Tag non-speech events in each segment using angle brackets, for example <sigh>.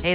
Hey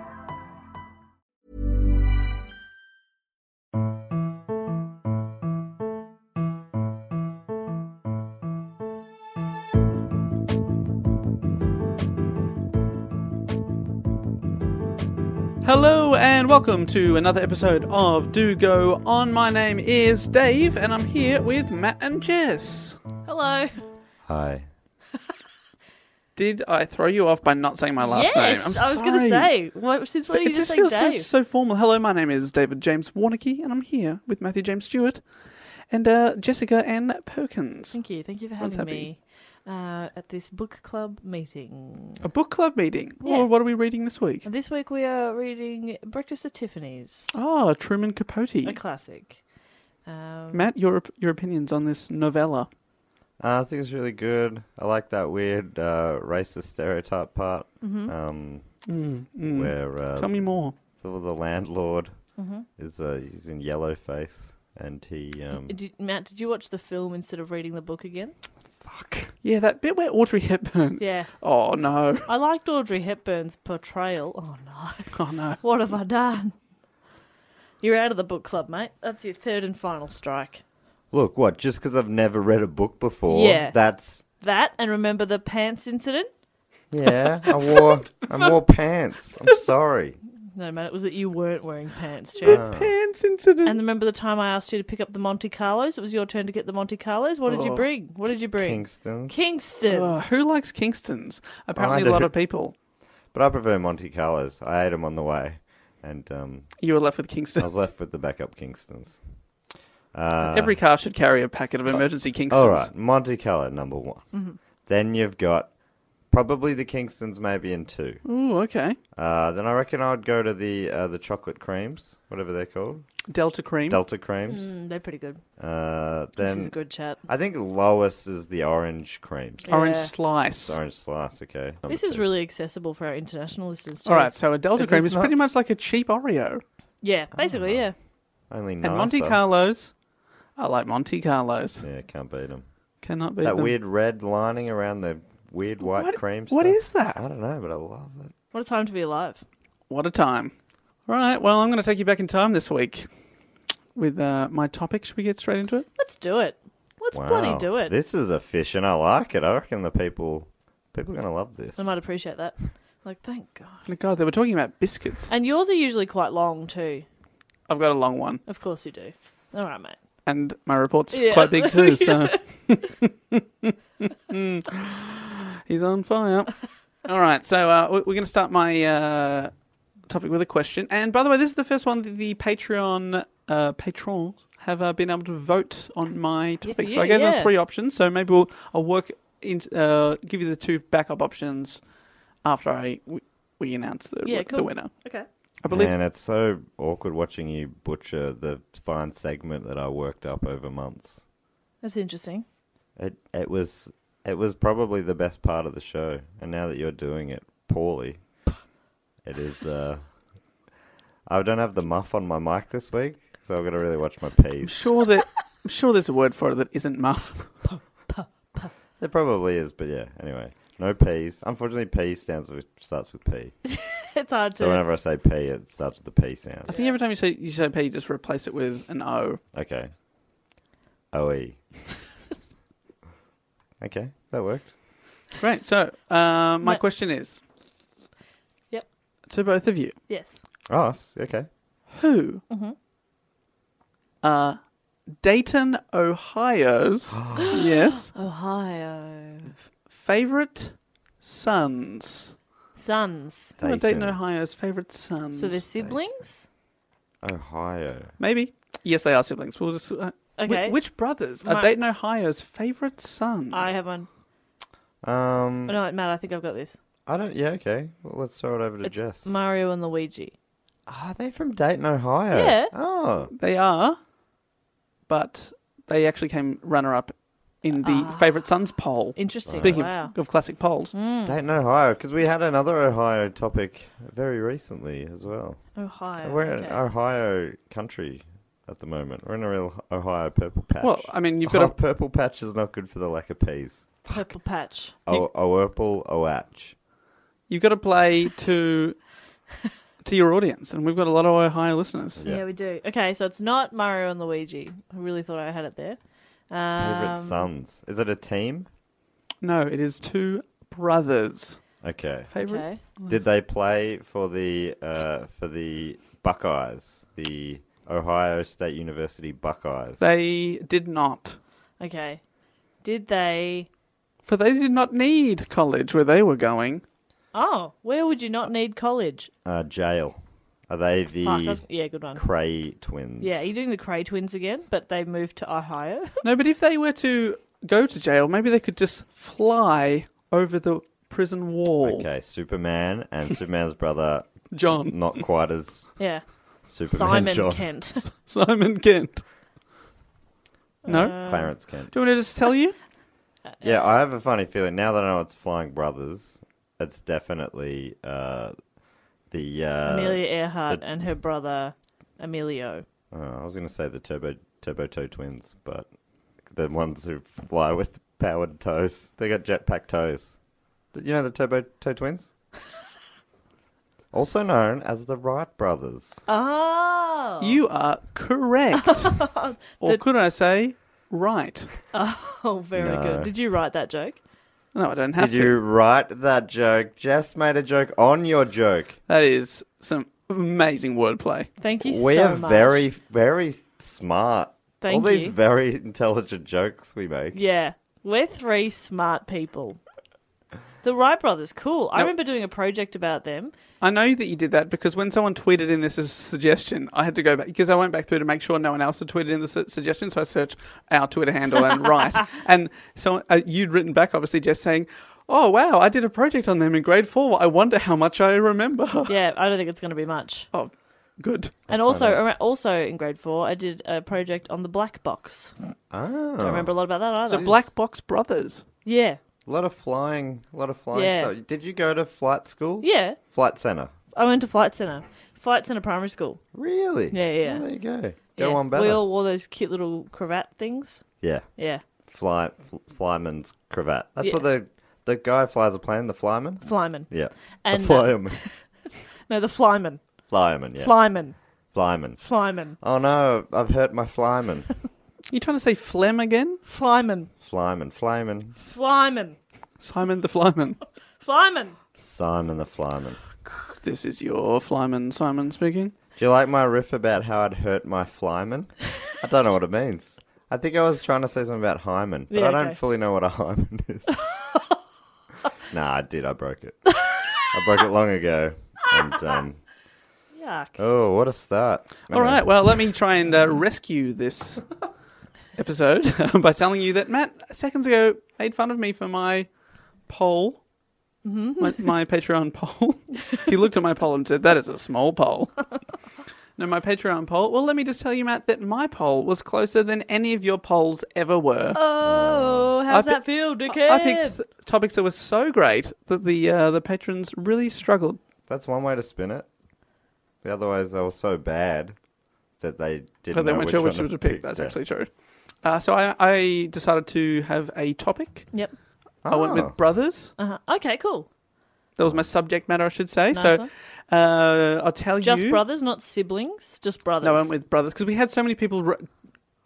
Hello and welcome to another episode of Do Go On. My name is Dave and I'm here with Matt and Jess. Hello. Hi. Did I throw you off by not saying my last yes, name? I'm I was going sorry. to say. What, since So when are it you just just saying feels so, Dave? so formal. Hello, my name is David James Warnicky and I'm here with Matthew James Stewart and uh, Jessica Ann Perkins. Thank you. Thank you for Everyone's having happy. me uh, at this book club meeting. A book club meeting. Yeah. Oh, what are we reading this week? And this week we are reading Breakfast at Tiffany's, Oh, Truman Capote. a classic. Um, Matt, your your opinions on this novella? Uh, I think it's really good. I like that weird uh, racist stereotype part um, Mm. where uh, Tell me more. the, the landlord is uh, he's in yellow face and he. Um, did, Matt, did you watch the film instead of reading the book again? Fuck. Yeah, that bit where Audrey Hepburn. Yeah. Oh no. <laughs> I liked Audrey Hepburn's portrayal. Oh, no. <laughs> Oh no. What have I done? You're out of the book club, mate. That's your third and final strike. Look, what? Just because I've never read a book before, Yeah. that's That, and remember the pants incident? yeah. I wore I wore pants. <laughs> I'm sorry. No, Matt, it was that you weren't wearing pants, Chad. Pants incident. And remember the time I asked you to pick up the Monte Carlos? It was your turn to get the Monte Carlos. What did Oh, you bring? What did you bring? Kingston's, Kingston. Oh, who likes Kingston's? Apparently, do. a lot of people. but I prefer Monte Carlos. I ate them on the way, and um, You were left with I Kingston's. was left with the backup Kingston's. Uh, Oh, Every car should carry a packet of emergency Kingston's. all right, Monte Carlo number one. Mm-hmm. Then you've got probably the Kingston's, maybe in two. Mm. Ooh, okay. Uh, then I reckon I'd go to the uh, the chocolate creams, whatever they're called, Delta cream. Delta creams. Mm, they're pretty good. Uh, This is then a good chat. I think lowest is the orange creams. Orange Yeah. slice. Orange slice, okay. Number This is two. really accessible for our international listeners. Too. All right, so a Delta Is cream this is not- pretty much like a cheap Oreo. Yeah, basically, Ah. yeah. only nicer. And Monte Carlos. I like Monte Carlos. Yeah, can't beat them. Cannot be That weird red lining around the weird white What- cream. what stuff. is that? I don't know, but I love it. What a time to be alive. What a time. All right, well, I'm going to take you back in time this week with uh, my topic. Should we get straight into it? Let's do it. Let's bloody do it. This is efficient. I like it. I reckon the people people are gonna love this. I might appreciate that. Like, thank God. Oh, God, they were talking about biscuits. And yours are usually quite long, too. I've got a long one. Of course you do. All right, mate. and my report's Yeah. quite big too. <laughs> So <laughs> he's on fire. All right, so uh, we- we're going to start my uh, topic with a question. And by the way, this is the first one that the Patreon uh, patrons have uh, been able to vote on my for topic. you, so I gave yeah. them three options. So maybe we'll I'll work in uh, give you the two backup options after I we, we announce the Yeah, the cool. winner. Okay. I believe Man, it's so awkward watching you butcher the fine segment that I worked up over months. That's interesting. <laughs> It it was it was probably the best part of the show, and now that you're doing it poorly, it is. Uh, I don't have the muff on my mic this week, so I've got to really watch my I'm p's. sure that I'm sure there's a word for it that isn't muff. There probably is, but yeah. Anyway, no p's. Unfortunately, p stands with starts with p. It's hard to. So whenever I say p, it starts with the p I sound. think every time you say you say P, you just replace it with an O. Okay. Oe. <laughs> okay, that worked. Right. So uh, my Ma- question is. Yep. To both of you, Yes. Oh, s- okay. who Mm-hmm. are Dayton, Ohio's yes Ohio. favorite sons? Sons. Who are Dayton, Dayton. Ohio's favorite sons? So they're siblings? Ohio. Maybe. Yes, they are siblings. We'll just. Uh, whi- Okay. which brothers are My- Dayton, Ohio's favorite sons? I have one. Um, Oh, no, Matt, I think I've got this. I don't. Yeah, okay. Well, let's throw it over to It's Jess. Ah, Mario and Luigi. Are they from Dayton, Ohio? Yeah. Oh, They are, but they actually came runner up in the Ah. favorite sons poll. Interesting. Speaking wow. Mm. of, of classic polls, Hmm. Dayton, Ohio. Because we had another Ohio topic very recently as well. Ohio. We're in Oh, okay. Ohio country at the moment. We're in a real Ohio purple patch. well, I mean, you've <laughs> Oh, got purple patch is not good for the lack of peas. Purple patch. Oh, purple, oatch. you've got to play <laughs> to to your audience, and we've got a lot of Ohio listeners. Yeah. Yeah. we do. Okay, so it's not Mario and Luigi. I really thought I had it there. Favorite Um, sons. Is it a team? No, it is two brothers. Okay. Favorite. okay. Did they play for the uh, for the Buckeyes, the Ohio State University Buckeyes? They did not, Okay. Did they? for they did not need college where they were going. Oh, where would you not need college? Uh, jail. Are they Fuck, the that's- yeah, good one. Cray twins? Yeah, you're doing the Cray twins again, but they moved to Ohio. <laughs> No, but if they were to go to jail, maybe they could just fly over the prison wall. Okay, Superman <laughs> and Superman's brother, John, not quite as yeah. Superman. Simon John. <laughs> Kent. Simon Kent. No. Clarence Kent. Do you want me to just tell you? Uh, Yeah, I have a funny feeling now that I know it's Flying Brothers. It's definitely uh, the. Uh, Amelia Earhart the- and her brother Emilio. oh, I was going to say the Turbo Turbo Toe twins, but the ones who fly with powered toes. They got jetpack toes. Did You know the Turbo Toe <laughs> twins. also known as the Wright brothers. Oh. <laughs> You are correct. or could I say, right? Oh, very No. good. Did you write that joke? No, I don't have Did to. you write that joke? Jess made a joke on your joke. That is some amazing wordplay. Thank you we so are much. very, very smart. Thank All these you. very intelligent jokes we make. Yeah, we're three smart people. The Wright brothers, cool. I Now- remember doing a project about them. I know that you did that because when someone tweeted in this as a suggestion, I had to go back because I went back through to make sure no one else had tweeted in the su- suggestion. So I searched our Twitter handle and right. And so uh, you'd written back, obviously, just saying, Oh, wow, I did a project on them in grade four. I wonder how much I remember. <laughs> Yeah, I don't think it's going to <laughs> be much. Oh, good. and also, ar- also in grade four, I did a project on the black box. Oh, I remember a lot about that either. The Black Box Brothers. yeah, a lot of flying, a lot of flying. Yeah. stuff. Did you go to flight school? yeah. Flight center. I went to flight center, flight center primary school. Really? Yeah, yeah. Well, there you go. Go yeah. on better. We all wore those cute little cravat things. Yeah. Yeah, Fly, fl- flyman's cravat. That's Yeah. what the the guy flies a plane. The flyman. flyman. Yeah. And, the uh, flyman. <laughs> No, the flyman, flyman. Yeah. flyman, flyman. flyman, Oh no! I've hurt my flyman. <laughs> You trying to say phlegm again? flyman, flyman. Flyman. flyman, Simon the Flyman. flyman. Simon the flyman. This is your Flyman Simon speaking. Do you like my riff about how I'd hurt my flyman? I don't know what it means. I think I was trying to say something about hymen, but Yeah, I don't okay. fully know what a hymen <laughs> is. nah, I did. I broke it. I broke it long ago. And um, Yuck. oh, what a start! All right, well, let me try and uh, rescue this episode <laughs> by telling you that Matt, seconds ago, made fun of me for my poll, my, my Patreon poll. he looked at my poll and said, That is a small poll. No, my Patreon poll. Well, let me just tell you, Matt, that my poll was closer than any of your polls ever were. Oh, how's Mm. I that pi- feel, I- dickhead? I picked th- topics that were so great that the uh, the patrons really struggled. That's one way to spin it. But otherwise, they were so bad that they didn't But they know weren't which sure one which one to pick. That's Yeah. actually true. Uh, so I, I decided to have a topic. Yep. I went Ah. with brothers. Uh-huh. Okay, cool. That was my subject matter, I should say. Nice so one. uh, I'll tell Just you. brothers, not siblings. Just brothers. No, I went with brothers because we had so many people. r-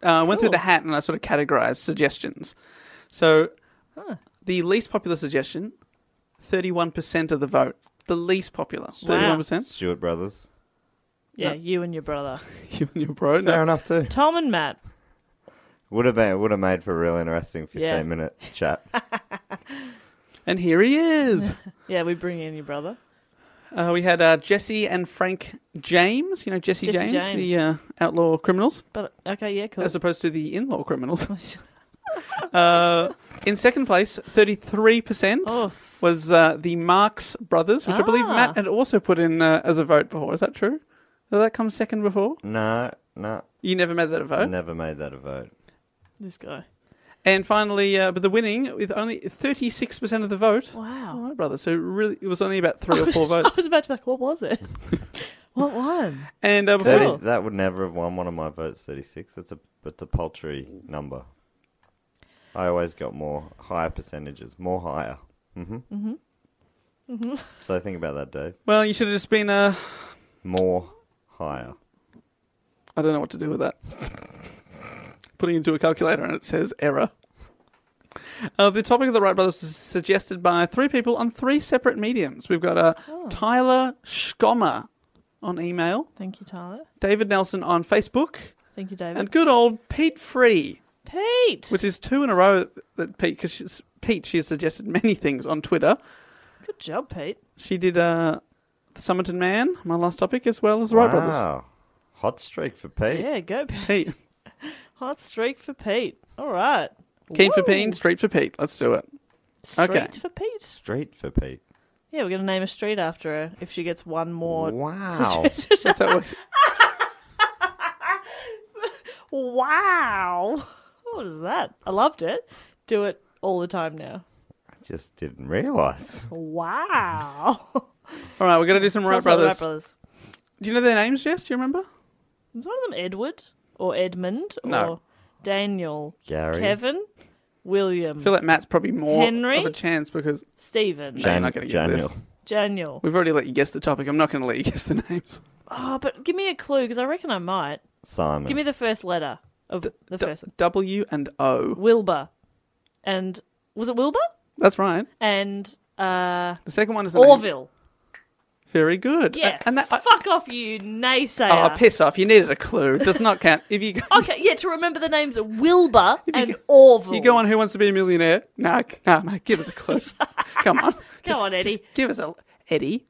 Uh, went through Cool. the hat and I sort of categorized suggestions. So the least popular suggestion, thirty-one percent of the vote. The least popular, thirty-one percent. <laughs> Stewart Brothers. yeah, you and your brother. You and your bro. Fair No. enough too. Tom and Matt. Would have been would have made for a real interesting fifteen Yeah. minute <laughs> chat. And here he <laughs> is. Yeah, we bring in your brother. Uh, we had uh, Jesse and Frank James. You know Jesse Jesse James, the uh, James. outlaw criminals, But okay, yeah, cool. as opposed to the in-law <laughs> criminals. <laughs> uh, in second place, thirty-three percent Oh. was uh, the Marx brothers, which I believe Ah. Matt had also put in uh, as a vote before. Is that true? Did that come second before? No, no, You never made that a vote. never made that a vote. This guy. And finally, uh, but the winning with only thirty-six percent of the vote. Oh, Wow. my brother. So really, it was only about <laughs> three or <laughs> four votes. Oh. I was about to be like, what <laughs> was it? what one? And uh, before, 30, that would never have won one of my votes. Thirty six. That's a that's a paltry number. I always got more higher percentages, more higher. Mm-hmm. Mm-hmm. Mm-hmm. Mm-hmm. So think about that, Dave. well, you should have just been. Uh, More higher. I don't know what to do with that. Putting into a calculator and it says error. Uh, the topic of the Wright brothers was suggested by three people on three separate mediums. We've got uh, Tyler Schommer on email, Thank you, Tyler. David Nelson on Facebook, Thank you, David. and good old Pete Free, Pete. which is two in a row that Pete, because Pete, she has suggested many things on Twitter. Good job, Pete. She did uh, The Summerton Man, my last topic, as well as the Wright brothers. Wow. Hot streak for Pete. Yeah, go Pete. Pete. Hot streak for Pete. All right. Keen for Woo. Pete, Street for Pete. Let's do it. Street Okay. for Pete. Street for Pete. Yeah, we're gonna name a street after her if she gets one more. <laughs> Wow. That's how it works. Wow. What was that? I loved it. Do it all the time now. <laughs> Just didn't realise. <laughs> <laughs> Wow. All right, we're going to do some Tell Wright us about the brothers. Wright brothers. Do you know their names, Jess? Do you remember? Is one of them Edward or Edmund or No. Daniel, Gary. Kevin, William, I feel like Matt's probably more Henry? of a chance because Stephen, Jan- I'm not gonna get Daniel. this. Daniel. we've already let you guess the topic. I'm not going to let you <laughs> guess the names. Oh, but give me a clue because I reckon I might. Simon. Give me the first letter of the D- first one. W and O. Wilbur, and was it Wilbur? That's right. And uh, The second one is the name. Orville. Very good. Yeah. A- And that. I- Fuck off, you naysayer. Oh, piss off! You needed a clue. It does <laughs> not count. If you go, Okay, yeah, to remember the names of Wilbur If you and go- Orville. you go on Who Wants to Be a Millionaire? Nah, c- nah, mate, give us a <laughs> clue. Come on. Go on, Eddie. give us a Eddie.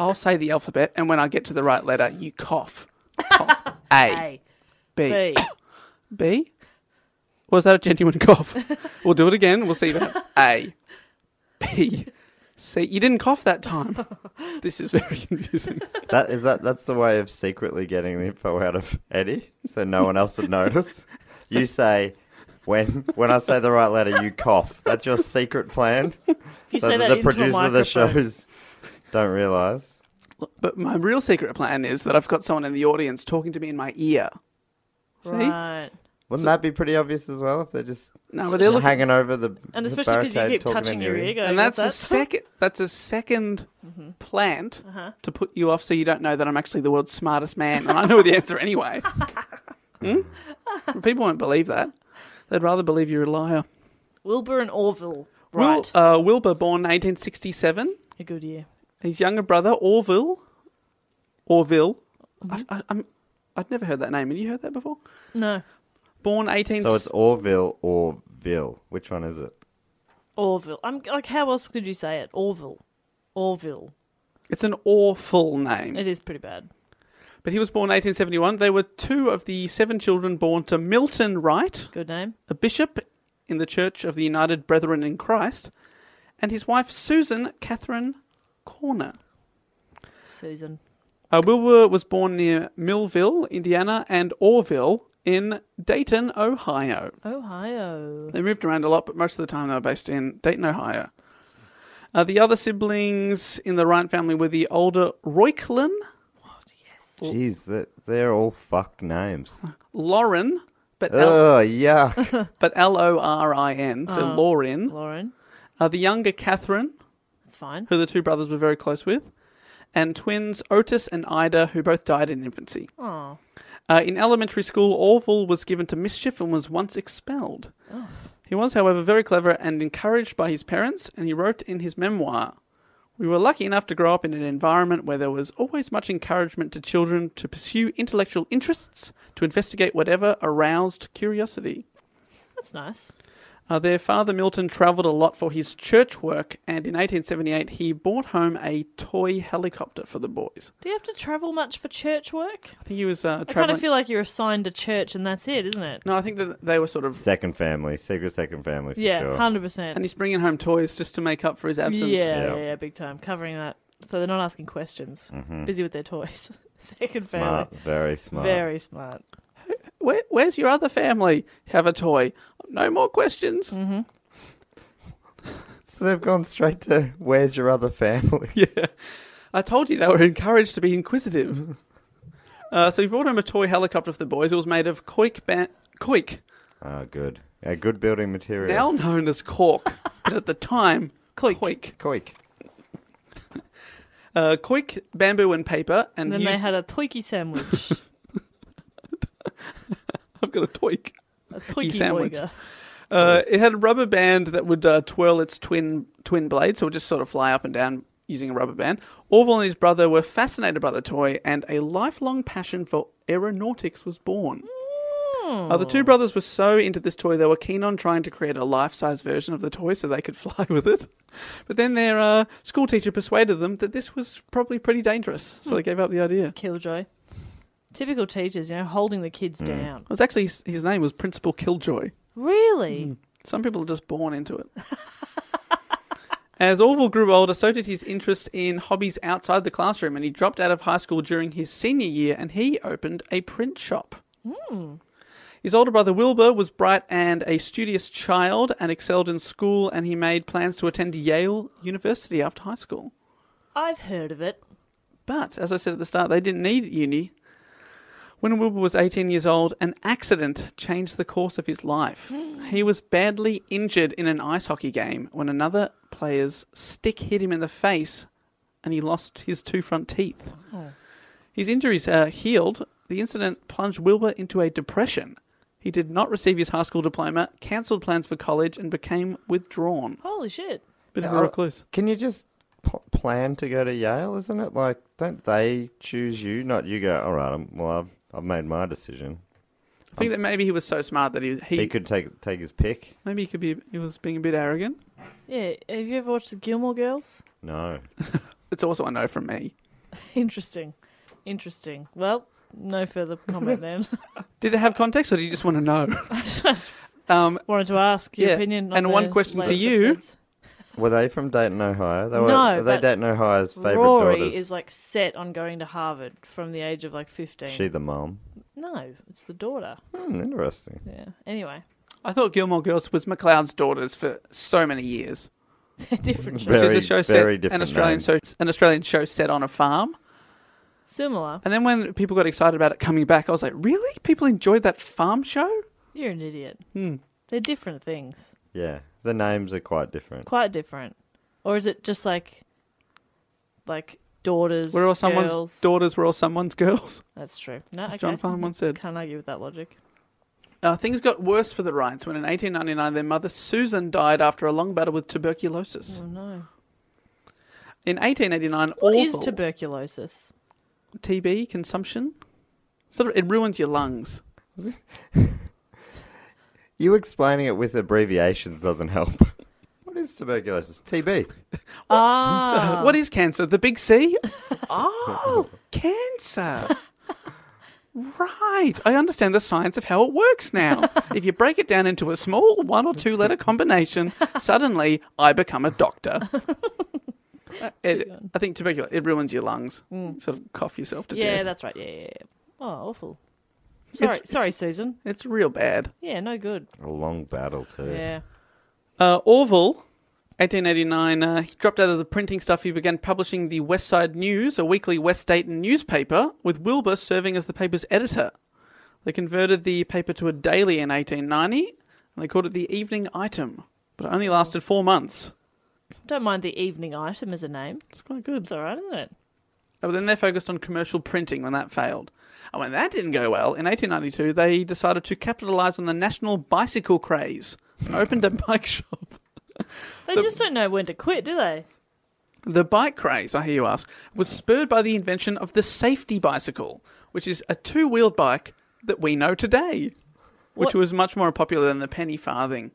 I'll say the alphabet, and when I get to the right letter, you <laughs> cough. Cough. A A, B. B. B? Was that a genuine cough? <laughs> we'll do it again. We'll see that. A. B. C. You didn't cough that time. This is very confusing. That is that. That's the way of secretly getting the info out of Eddie, so no one else would notice. You say when when I say the right letter, you cough. That's your secret plan. <laughs> You so say that that the into a producer of the microphone. shows <laughs> don't realize. But my real secret plan is that I've got someone in the audience talking to me in my ear. See? Right. Wouldn't that be pretty obvious as well if they're just No, but they're looking. hanging over the And the especially because you barricade keep talking touching in your ear, going, And that's a "What's that?" <laughs> Mm-hmm. second. That's a 2nd plant Uh-huh. to put you off, so you don't know that I'm actually the world's smartest man, and I know the answer <laughs> anyway. Hmm? People won't believe that. They'd rather believe you're a liar. Wilbur and Orville. Wil- Right. uh, Wilbur, born 1867. a good year. His younger brother, Orville. Orville. I, I, I'm, I'd never heard that name. Have you heard that before? No. Born 18... So it's Orville or Ville. Which one is it? Orville. I'm like, how else could you say it? Orville. Orville. it's an awful name. It is pretty bad. But he was born 1871. They were two of the seven children born to Milton Wright, Good name. a bishop in the Church of the United Brethren in Christ, and his wife, Susan Catherine Corner. Susan. Uh, Wilbur was born near Millville, Indiana, and Orville in Dayton, Ohio. Ohio. They moved around a lot, but most of the time they were based in Dayton, Ohio. Uh, the other siblings in the Wright family were the older Royklin, Jeez, that, they're all fucked <laughs> names. Lauren, but L- Oh, yuck. <laughs> but L O R I N, so Lauren. Lauren. Uh, the younger Catherine, That's fine. who the two brothers were very close with, and twins Otis and Ida, who both died in infancy. Oh. Uh, in elementary school, Orville was given to mischief and was once expelled. He was, however, very clever and encouraged by his parents, and he wrote in his memoir We were lucky enough to grow up in an environment where there was always much encouragement to children to pursue intellectual interests, to investigate whatever aroused curiosity. That's nice. Uh, their father Milton travelled a lot for his church work, and in 1878 he bought home a toy helicopter for the boys. Do you have to travel much for church work? I think he was uh, I kind travelling. of feel like you're assigned to church and that's it, isn't it? no, I think that they were sort of. second family, secret second family for yeah, sure. 100%. And he's bringing home toys just to make up for his yeah, absence. yeah, Yeah. yeah, big time. Covering that. So they're not asking questions. Mm-hmm. Busy with their toys. <laughs> Second Smart, family. very smart. Very smart. Where, where's your other family? Have a toy. No more questions. Mm-hmm. So they've gone straight to where's your other family? <laughs> <laughs> Yeah. I told you they were encouraged to be <laughs> inquisitive. Uh, so he brought home a toy helicopter for the boys. It was made of coik, ba- coik Ah, good. A good building material. now known as cork, but at the time, Coik. coik. Coik. uh, quick bamboo and paper, and And then they used- had a toiki sandwich. <laughs> I've got a twig. a toiki sandwich. boiger. Uh, it had a rubber band that would uh, twirl its twin twin blades, so it would just sort of fly up and down using a rubber band. Orville and his brother were fascinated by the toy, and a lifelong passion for aeronautics was born. Hmm. Uh, the two brothers were so into this toy they were keen on trying to create a life-size version of the toy so they could <laughs> fly with it. But then their uh, school teacher persuaded them that this was probably pretty dangerous, so they gave up the idea. Killjoy. Typical teachers, you know, holding the kids down. It was actually his, his name was Principal Killjoy. Hmm. Really? Some people are just born into it. As Orville grew older, so did his interest in hobbies outside the classroom, and he dropped out of high school during his senior year and he opened a print shop. His older brother Wilbur was bright and a studious child and excelled in school, and he made plans to attend Yale University after high school. I've heard of it. But as I said at the start, they didn't need uni. When Wilbur was 18 years old, an accident changed the course of his life. he was badly injured in an ice hockey game when another player's stick hit him in the face and he lost his two front teeth. His injuries uh, healed. The incident plunged Wilbur into a depression. He did not receive his high school diploma, cancelled plans for college, and became withdrawn. Holy shit. Bit of Uh, a recluse. Can you just p- plan to go to Yale? Isn't it like don't they choose you, not you? Go all right. I'm, well, I've, I've made my decision. I think that maybe he was so smart that he, He, he could take take his pick. maybe he could be he was being a bit arrogant. Yeah, have you ever watched the Gilmore Girls? <laughs> No, It's also a no from me. Interesting. Interesting. Well, no further comment then. <laughs> Did it have context, or do you just want to know? <laughs> I just Um, wanted to ask your Yeah, opinion on and one the question for latest you. episodes. were they from Dayton, Ohio? They were, No, were they but Dayton Ohio's favorite Rory daughters? is like set on going to Harvard from the age of like 15. she the mom? No, it's the daughter. Hmm, interesting. Yeah. Anyway, <laughs> I thought Gilmore Girls was McLeod's daughters for so many years, they're different. shows. which Very- is a show very set an different Australian names. show, an Australian show set on a farm. Similar. And then when people got excited about it coming back, I was like, really? People enjoyed that farm show? You're an idiot. Hmm. They're different things. Yeah, the names are quite different. Quite different. Or is it just like, like daughters? Were all someone's girls? daughters? Were all someone's girls? <laughs> That's true. No, As okay. John Farnham once said. Can't argue with that logic. Uh, things got worse for the Wrights when, in 1899, their mother Susan died after a long battle with tuberculosis. Oh no. In 1889, What is Orville- tuberculosis? TB consumption? Sort of, it ruins your lungs. You explaining it with abbreviations doesn't help. <laughs> what is tuberculosis? TB. Ah, What is cancer? The big <laughs> C? oh, cancer. Right. I understand the science of how it works now. if you break it down into a <laughs> small one or two letter combination, suddenly I become a doctor. It, I think tuberculosis, it ruins your lungs. Sort of cough yourself <laughs> to Mm. yeah, death. that's right. Yeah, yeah, yeah. Oh, awful. Sorry, it's- sorry, Susan. It's real bad. Yeah, no good. A long battle too. Yeah. Uh, Orville, 1889, uh, he dropped out of the printing stuff. He began publishing the West Side News, a weekly West Dayton newspaper, with Wilbur serving as the paper's editor. They converted the paper to a daily in 1890, and they called it the Evening Item, but it only lasted four months. Don't mind the evening item as a name. It's quite good. Uh, It's all right, isn't it? But then they focused on commercial printing when that failed. And when that didn't go well, in 1892, they decided to capitalize on the national bicycle craze and opened a <laughs> bike shop. They just don't know when to quit, do they? The bike craze, I hear you ask, was spurred by the invention of the safety bicycle, which is a two wheeled bike that we know today, which What- was much more popular than the penny farthing.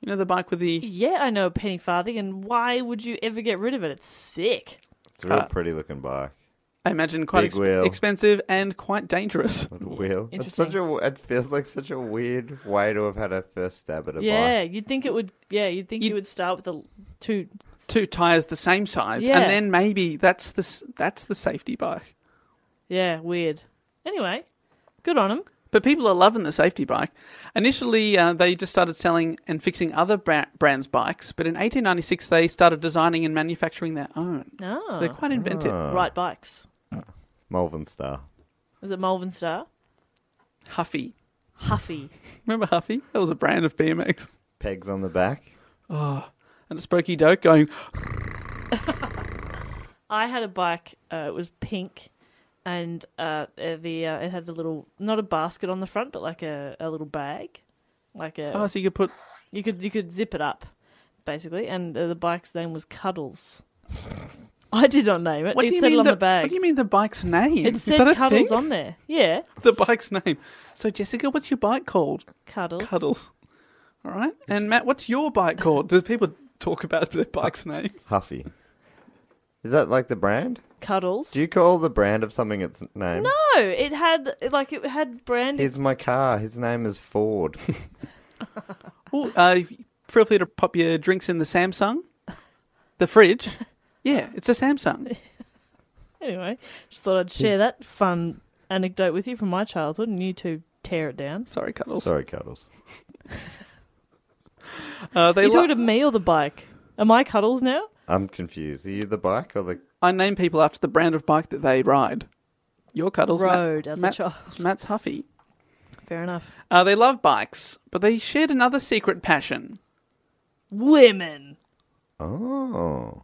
You know, the bike with the. Yeah, I know a penny farthing, and why would you ever get rid of it? It's sick. It's a Ah. real pretty looking bike. I imagine quite Big ex- wheel. expensive and quite dangerous. What a wheel. It's Interesting. such a. It feels like such a weird way to have had a first stab at a yeah, bike. you'd think it would. Yeah, you'd think you, You- would start with the two. Two tires the same size, Yeah. and then maybe that's the s- that's the safety bike. Yeah, weird. Anyway, good on them. But people are loving the safety bike. Initially, uh, they just started selling and fixing other bra- brands' bikes, but in 1896 they started designing and manufacturing their own. Ah, So they're quite uh, inventive. right bikes. Malvern Star. Is it Malvern Star? Huffy. Huffy. Remember Huffy? That was a brand of BMX. Pegs on the back. And a spooky doke going, I had a bike. Uh, it was pink, and uh, uh, the uh, it had a little not a basket on the front, but like a, a little bag, like a oh, so you could put. you could you could zip it up, basically. And uh, the bike's name was Cuddles. <laughs> I did not name it. What it do you said mean? it on the, the, bag. What do you mean the bike's name? It Is said that a Cuddles thing? on there. Yeah, <laughs> The bike's name. So Jessica, what's your bike called? Cuddles. Cuddles. All right. And Matt, what's your bike called? Do people talk about their bike's name? Huffy. Is that like the brand? Cuddles. Do you call the brand of something its name? No, it had like it had branding. Here's my car. His name is Ford. Ooh, uh, feel free to pop your drinks in the Samsung, the fridge. Yeah, it's a Samsung. Anyway, just thought I'd share that fun anecdote with you from my childhood, and you two tear it down. Sorry, Cuddles. <laughs> Sorry, Cuddles. Uh, they You lo- talking to me or the bike? Am I Cuddles now? I'm confused. Are you the bike or the I name people after the brand of bike that they ride. Your Cuddles. Matt- Rode as a Matt- child. <laughs> Matt's Huffy. Fair enough. Uh, they love bikes, but they shared another secret passion. Women. Oh.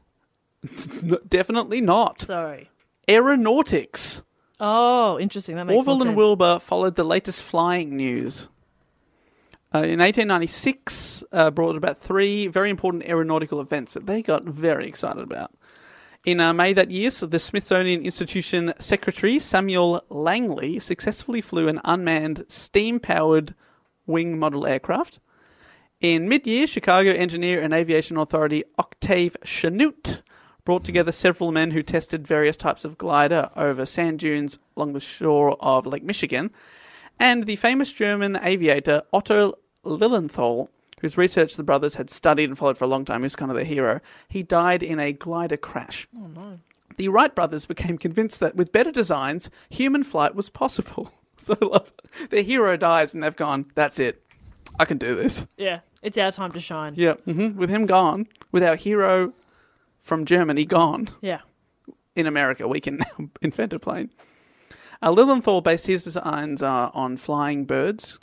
N- definitely not. Sorry. Aeronautics. Oh, interesting. That makes more Orville and sense. Wilbur followed the latest flying news. Uh, in 1896, uh, brought about three very important aeronautical events that they got very excited about. In uh, May that year, so the Smithsonian Institution Secretary Samuel Langley successfully flew an unmanned steam powered wing model aircraft. In mid year, Chicago engineer and aviation authority Octave Chanute brought together several men who tested various types of glider over sand dunes along the shore of Lake Michigan. And the famous German aviator Otto Lilienthal, whose research the brothers had studied and followed for a long time, who's kind of their hero, he died in a glider crash. Oh, no. The Wright brothers became convinced that with better designs, human flight was possible. <laughs> So I love their hero dies and they've gone, that's it. I can do this. Yeah, it's our time to shine. Yeah. Yeah, hmm with him gone, with our hero from Germany gone in America, we can now <laughs> invent a plane. Uh, Lilienthal based his designs uh, on flying birds.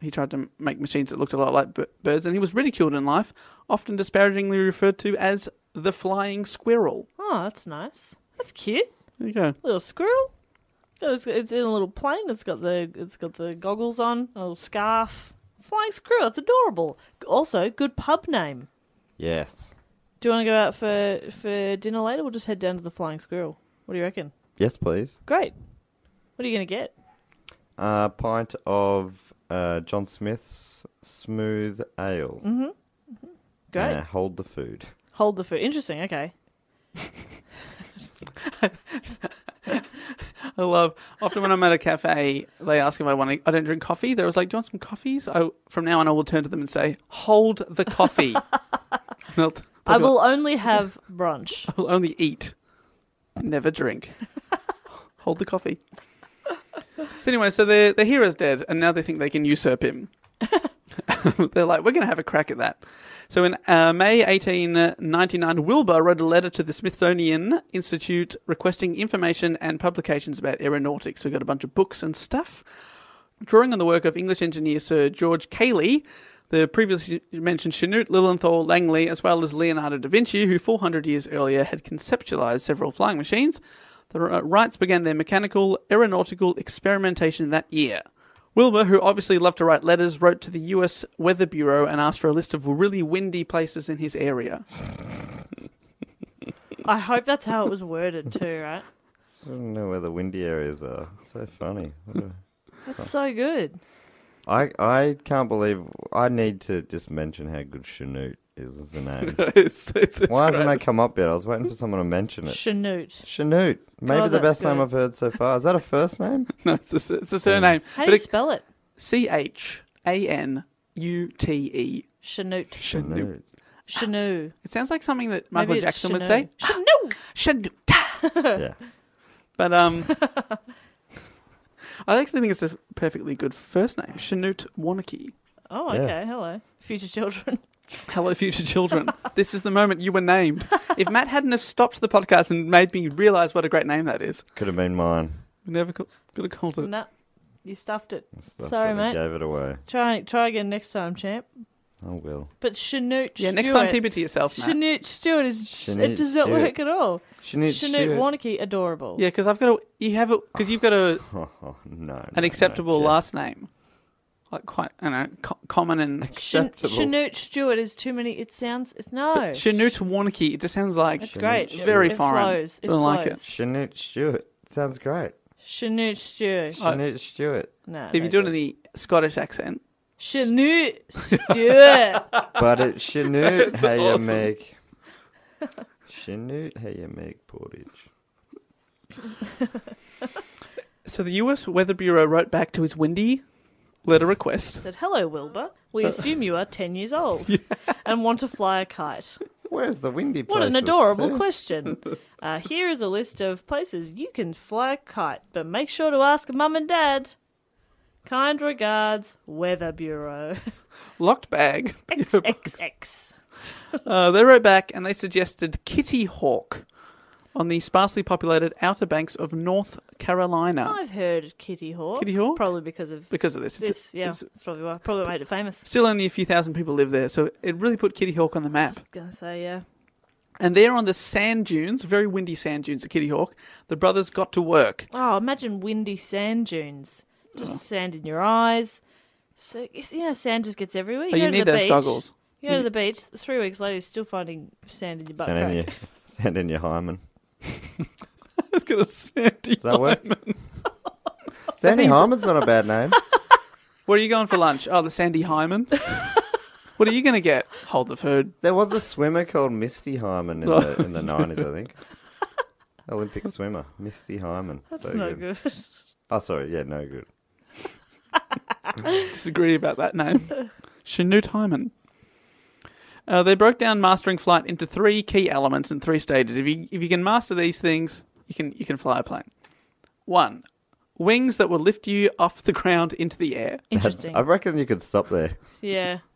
He tried to m- make machines that looked a lot like b- birds, and he was ridiculed in life, often disparagingly referred to as the flying squirrel. Oh, that's nice. That's cute. There you go. Little squirrel. It's, it's in a little plane. It's got the it's got the goggles on. A little scarf. Flying squirrel. It's adorable. Also, good pub name. Yes. Do you want to go out for for dinner later? We'll just head down to the Flying Squirrel. What do you reckon? Yes, please. Great. What are you gonna get? A pint of uh, John Smith's smooth ale. Great. Uh, hold the food. Hold the food. Interesting. Okay. I love. Often when I'm at a cafe, they ask if I want. To, I don't drink coffee. They're always like, "Do you want some coffees?" I, from now on, I will turn to them and say, "Hold the coffee." They'll t- I they'll be will only have <laughs> brunch. I will only eat, never drink. Hold the coffee. So anyway, so their their hero's dead, and now they think they can usurp him. <laughs> They're like, we're going to have a crack at that. So in uh, May 1899, Wilbur wrote a letter to the Smithsonian Institute requesting information and publications about aeronautics. We got a bunch of books and stuff. Drawing on the work of English engineer Sir George Cayley, the previously mentioned Chanute, Lilienthal, Langley, as well as Leonardo da Vinci, who 400 years earlier had conceptualized several flying machines, the uh, Wrights began their mechanical aeronautical experimentation that year. Wilbur, who obviously loved to write letters, wrote to the US Weather Bureau and asked for a list of really windy places in his area. <laughs> I hope that's how it was worded too, right? I don't know where the windy areas are. It's so funny. What <laughs> a- That's so good. I I can't believe I need to just mention how good Chanute is as a <laughs> name. it's, it's, it's Why hasn't great. that come up yet? I was waiting for someone to mention it. Chanute. Chanute, maybe Oh, the that's best name good. I've heard so far. Is that a first <laughs> name? No, it's a, it's a surname. How do but you it's spell it? C H A N U T E. Chanute. Chanute. Chanute. Chanute. It sounds like something that Michael Maybe it's Jackson would Chanute. say. Chanute. Chanute. yeah. But <laughs> um, I actually think it's a perfectly good first name, Chanute Warnocky. Oh, Yeah. okay. Hello, future children. Hello, future children. <laughs> this is the moment you were named. If Matt hadn't have stopped the podcast and made me realise what a great name that is, Could have been mine. we never could have called it. <laughs> nah, you stuffed it. Stuff Sorry, that we mate. Gave it away. Oh, Try try again next time, champ. I will. But Chanute. Yeah, next Stewart- time keep it to yourself, Matt. Yeah, Chanute Stewart is Chanute it does not Stewart. work at all. Chanute. Chanute Stewart. Warnocky, adorable. yeah, because I've got a, you have a because you've got a <laughs> Oh, no, no, an no, acceptable Jeff. last name, like quite you know co- common and Chan- Acceptable. Chanute Stewart is too many. It sounds. It's but no. Chanute Warnocky. It just sounds like It's great. It's very it foreign. Flows. It Don't like it. flows. Chanute Stewart. Sounds great. Chanute Stewart. Chanute Stewart. No. if you do it in the Scottish accent. Chanute Stewart. But it's <laughs> Chanute how you make. Chanute how you make portage. So the U.S. Weather Bureau wrote back to his windy letter request. Said, hello, Wilbur. We assume you are 10 years old and want to fly a kite. Where's the windy place? What an <laughs> adorable question. Uh, here is a list of places you can fly a kite, but make sure to ask Mum and Dad. Kind regards, Weather Bureau. <laughs> Locked bag. XXX. <laughs> Uh, they wrote back and they suggested Kitty Hawk on the sparsely populated Outer Banks of North Carolina. I've heard of Kitty Hawk. Kitty Hawk? Probably because of Because of this, it's, this. Yeah, it's- that's probably why. Probably made it famous. still only a few thousand people live there, so it really put Kitty Hawk on the map. I was going to say, yeah. And there on the sand dunes, very windy sand dunes at Kitty Hawk, the brothers got to work. Oh, imagine windy sand dunes. Oh. Just sand in your eyes. So, it's- you know, sand just gets everywhere. You, But go Oh, you to need the those beach, <laughs> goggles. You go to the beach, three weeks later, you're still finding sand in your butt. Send in crack. your, <laughs> send in your hymen. It's got a sandy. Does <laughs> that work? Sandy Hyman's not a bad name. Where are you going for lunch? Oh, the Sandy <laughs> Hyman. what are you going to get? Hold the food. There was a swimmer called Misty Hyman in <laughs> the in the nineties, I think. Olympic swimmer, Misty Hyman. <laughs> That's not good. Oh, sorry, yeah, no good. Disagree about that name. Chanute Hyman. Uh, they broke down mastering flight into three key elements in three stages. If you if you can master these things, you can you can fly a plane. One, wings that will lift you off the ground into the air. Interesting. I reckon you could stop there. Yeah. <laughs>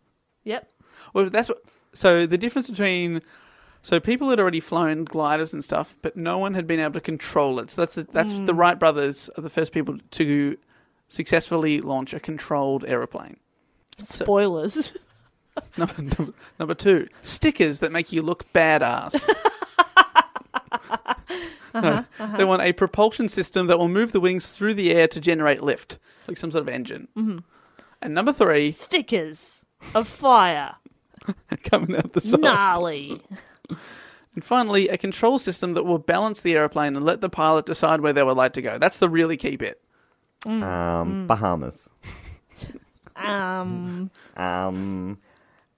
Yep. Well, that's what. So the difference between so people had already flown gliders and stuff, but no one had been able to control it. So that's the, that's the Wright brothers are the first people to successfully launch a controlled aeroplane. Spoilers. <laughs> Number, number, number two, stickers that make you look badass. No, They want a propulsion system that will move the wings through the air to generate lift, like some sort of engine. Mm-hmm. And number three, <laughs> Stickers of fire. coming out the side. Gnarly. <laughs> And finally, a control system that will balance the aeroplane and let the pilot decide where they would like to go. That's the really key bit. Mm, Um, Bahamas. Um, Um,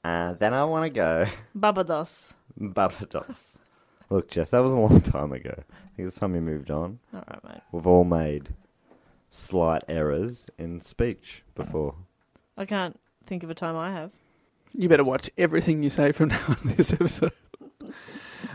uh, then I want to go <laughs> Barbados. Barbados. Look, Jess, that was a long time ago. I think it's time you moved on. All right, mate. We've all made slight errors in speech before. I can't think of a time I have. <laughs> You better watch everything you say from now on this episode.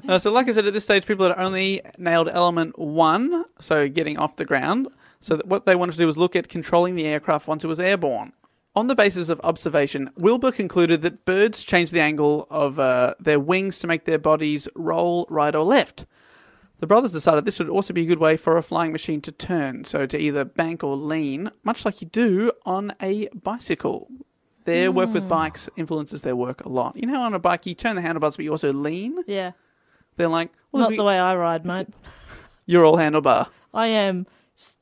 Uh, so, like I said, at this stage, people had only nailed element one, so getting off the ground. So, that what they wanted to do was look at controlling the aircraft once it was airborne. On the basis of observation, Wilbur concluded that birds change the angle of uh, their wings to make their bodies roll right or left. The brothers decided this would also be a good way for a flying machine to turn, so to either bank or lean, much like you do on a bicycle. Their work Hmm. with bikes influences their work a lot. You know, how on a bike, you turn the handlebars, but you also lean. Yeah. They're like, well, if Not we- the way I ride, mate. you're all handlebar. I am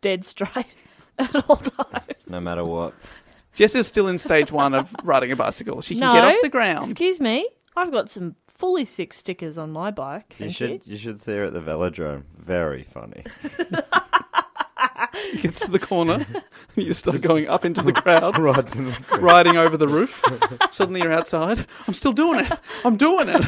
dead straight <laughs> at all times. No <laughs> matter what. Jess is still in stage one of riding a bicycle. She can no. get off the Um, ground. Excuse me. I've got some fully sick stickers on my bike. You Thank should you should see her at the velodrome. <laughs> Very funny. She gets to the corner. <laughs> you start going up into the crowd, Right in the ground. riding over the roof. Suddenly you're outside. I'm still doing it. I'm doing it.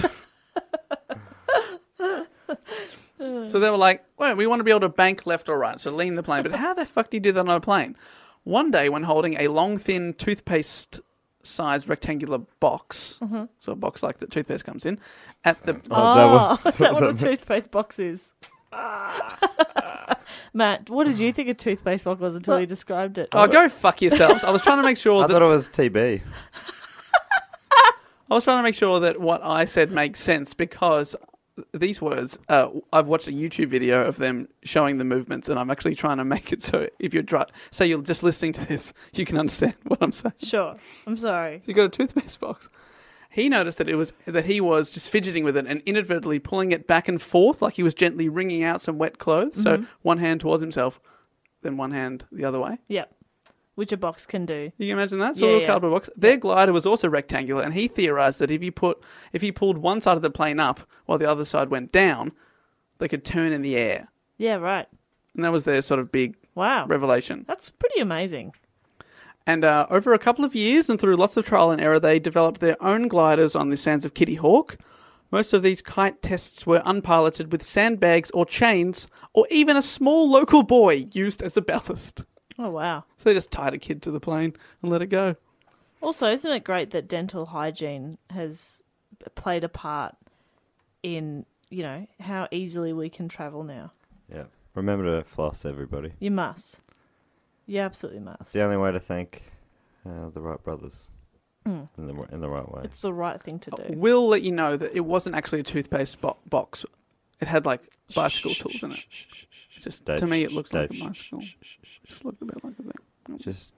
so they were like, well, we want to be able to bank left or right, so lean the plane. But how the fuck do you do that on a plane? One day, when holding a long, thin toothpaste sized rectangular box, so a box like that toothpaste comes in, at the Is that Oh, <laughs> what- is that <laughs> what a toothpaste box is? Matt, what did you think a toothpaste box was until you described it? Oh, go fuck yourselves. I was trying to make sure <laughs> I that thought it was TB. I was trying to make sure that what I said makes sense because these words uh, I've watched a YouTube video of them showing the movements and I'm actually trying to make it so if you're dry, say you're just listening to this, <laughs> you can understand what I'm saying. Sure. I'm sorry. You got a toothpaste box. He noticed that it was that he was just fidgeting with it and inadvertently pulling it back and forth like he was gently wringing out some wet clothes. So one hand towards himself, then one hand the other way. Yep. Which a box can do. You can imagine that? So Yeah, a little yeah. cardboard box. Their glider was also rectangular, and he theorized that if you put if he pulled one side of the plane up while the other side went down, they could turn in the air. Yeah, right. And that was their sort of big Wow. revelation. That's pretty amazing. And uh, over a couple of years and through lots of trial and error, they developed their own gliders on the sands of Kitty Hawk. Most of these kite tests were unpiloted with sandbags or chains or even a small local boy used as a ballast. Oh, wow. So they just tied a kid to the plane and let it go. Also, isn't it great that dental hygiene has played a part in, you know, how easily we can travel now? Yeah. Remember to floss, everybody. You must. You absolutely It's must. the only way to thank uh, the Wright brothers Hmm. in, the, in the right way. It's the right thing to Uh, do. will let you know that it wasn't actually a toothpaste bo- box. It had like bicycle tools in it. Just Dave, to me, it shh, looks Dave, like shh, a bicycle. Just looked a bit like a thing. Just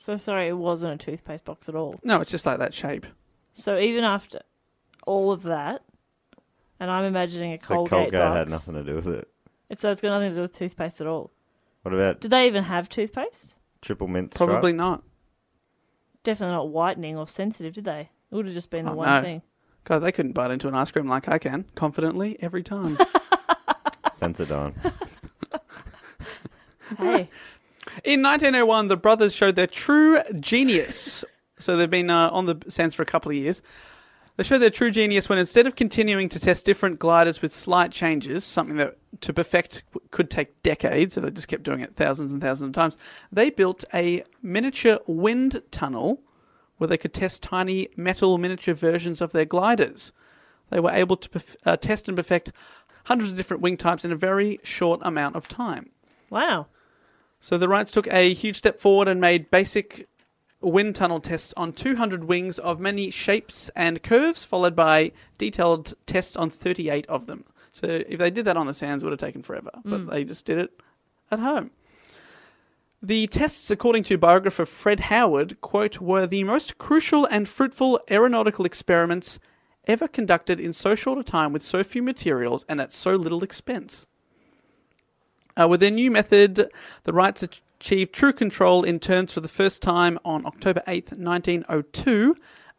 So sorry, it wasn't a toothpaste box at all. No, it's just like that shape. So even after all of that, and I'm imagining a so Colgate, Colgate box, had nothing to do with it. It's, so it's got nothing to do with toothpaste at all. What about Did they even have toothpaste? triple mint stripe? Probably not. Definitely not whitening or sensitive, did they? It would have just been the Oh, one no. thing. God, they couldn't bite into an ice cream like I can confidently every time. <laughs> Sensodyne. Hey, In 1901, the brothers showed their true genius. so they've been uh, on the sands for a couple of years. They showed their true genius when instead of continuing to test different gliders with slight changes, something that to perfect w- could take decades, if they just kept doing it thousands and thousands of times, they built a miniature wind tunnel where they could test tiny metal miniature versions of their gliders. They were able to perf- uh, test and perfect hundreds of different wing types in a very short amount of time. wow. So the Wrights took a huge step forward and made basic wind tunnel tests on 200 wings of many shapes and curves, followed by detailed tests on 38 of them. So if they did that on the sands, it would have taken forever, but they just did it at home. The tests, according to biographer Fred Howard, quote, were the most crucial and fruitful aeronautical experiments ever conducted in so short a time with so few materials and at so little expense. Uh, with their new method, the Wrights ach- achieved true control in turns for the first time on October 8th, 1902,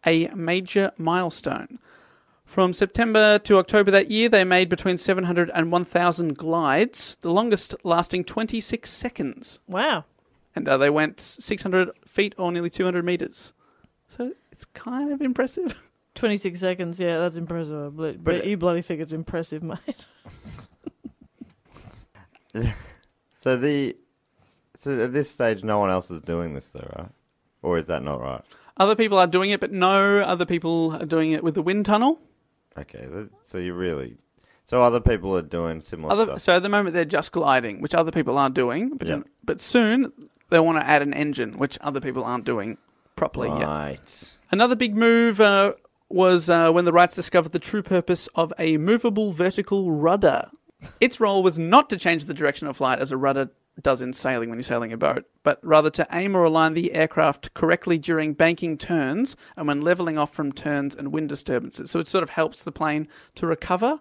a major milestone. From September to October that year, they made between 700 and 1,000 glides, the longest lasting 26 seconds. Wow. And uh, they went 600 feet or nearly 200 meters. So it's kind of impressive. <laughs> 26 seconds, yeah, that's impressive. But, but, But- you bloody think it's impressive, mate. So the so at this stage, no one else is doing this, though, right? Or is that not right? Other people are doing it, but no other people are doing it with the wind tunnel. Okay, that, so you really. So other people are doing similar Other, stuff. so at the moment they're just gliding, which other people aren't doing. But Yeah. but soon they want to add an engine, which other people aren't doing properly yet. right. Another big move uh, was uh, when the Wrights discovered the true purpose of a movable vertical rudder. Its role was not to change the direction of flight as a rudder does in sailing when you're sailing a boat, but rather to aim or align the aircraft correctly during banking turns and when leveling off from turns and wind disturbances. So it sort of helps the plane to recover.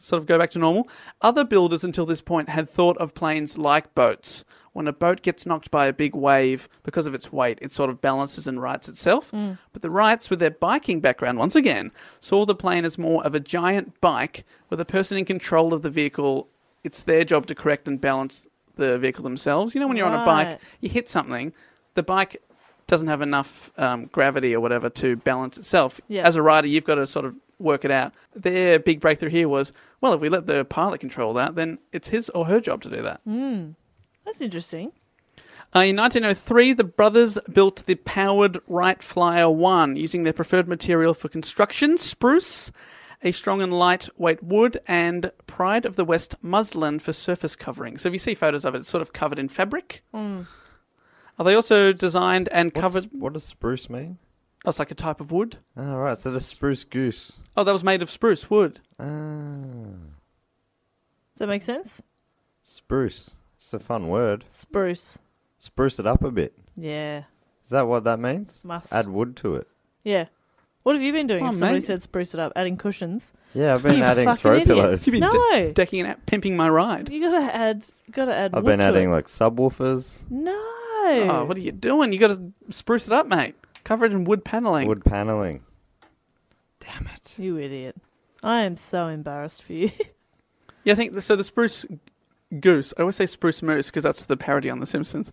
Sort of go back to normal. Other builders until this point had thought of planes like boats. When a boat gets knocked by a big wave because of its weight, it sort of balances and rights itself. But the Wrights, with their biking background once again, saw the plane as more of a giant bike with a person in control of the vehicle. It's their job to correct and balance the vehicle themselves. You know, when you're on a Right. bike, you hit something, the bike doesn't have enough um, gravity or whatever to balance itself. Yeah. As a rider, you've got to sort of work it out. Their big breakthrough here was, well, if we let the pilot control that, then it's his or her job to do that. That's interesting. Uh, in 1903, the brothers built the powered Wright Flyer 1 using their preferred material for construction spruce, a strong and lightweight wood, and Pride of the West muslin for surface covering. So if you see photos of it, it's sort of covered in fabric. Uh, they also designed and covered. What's- what does spruce mean? Oh, it's like a type of wood. All right, so the spruce goose. Oh, that was made of spruce wood. Ah, Does that make sense? spruce. It's a fun word. Spruce. Spruce it up a bit. Yeah. Is that what that means? Must. Add wood to it. Yeah. What have you been doing? Oh, if somebody mate. said spruce it up, adding cushions. Yeah, I've <laughs> been You adding fucking throw idiot. pillows. You've been No. de- decking and pimping my ride. You gotta add. Gotta add. I've wood been to adding it. like subwoofers, No. Oh, what are you doing? You got to spruce it up, mate. Cover it in wood paneling. wood paneling. Damn it. you idiot! I am so embarrassed for you. <laughs> Yeah, I think the, so. The spruce goose. I always say spruce moose because that's the parody on The Simpsons.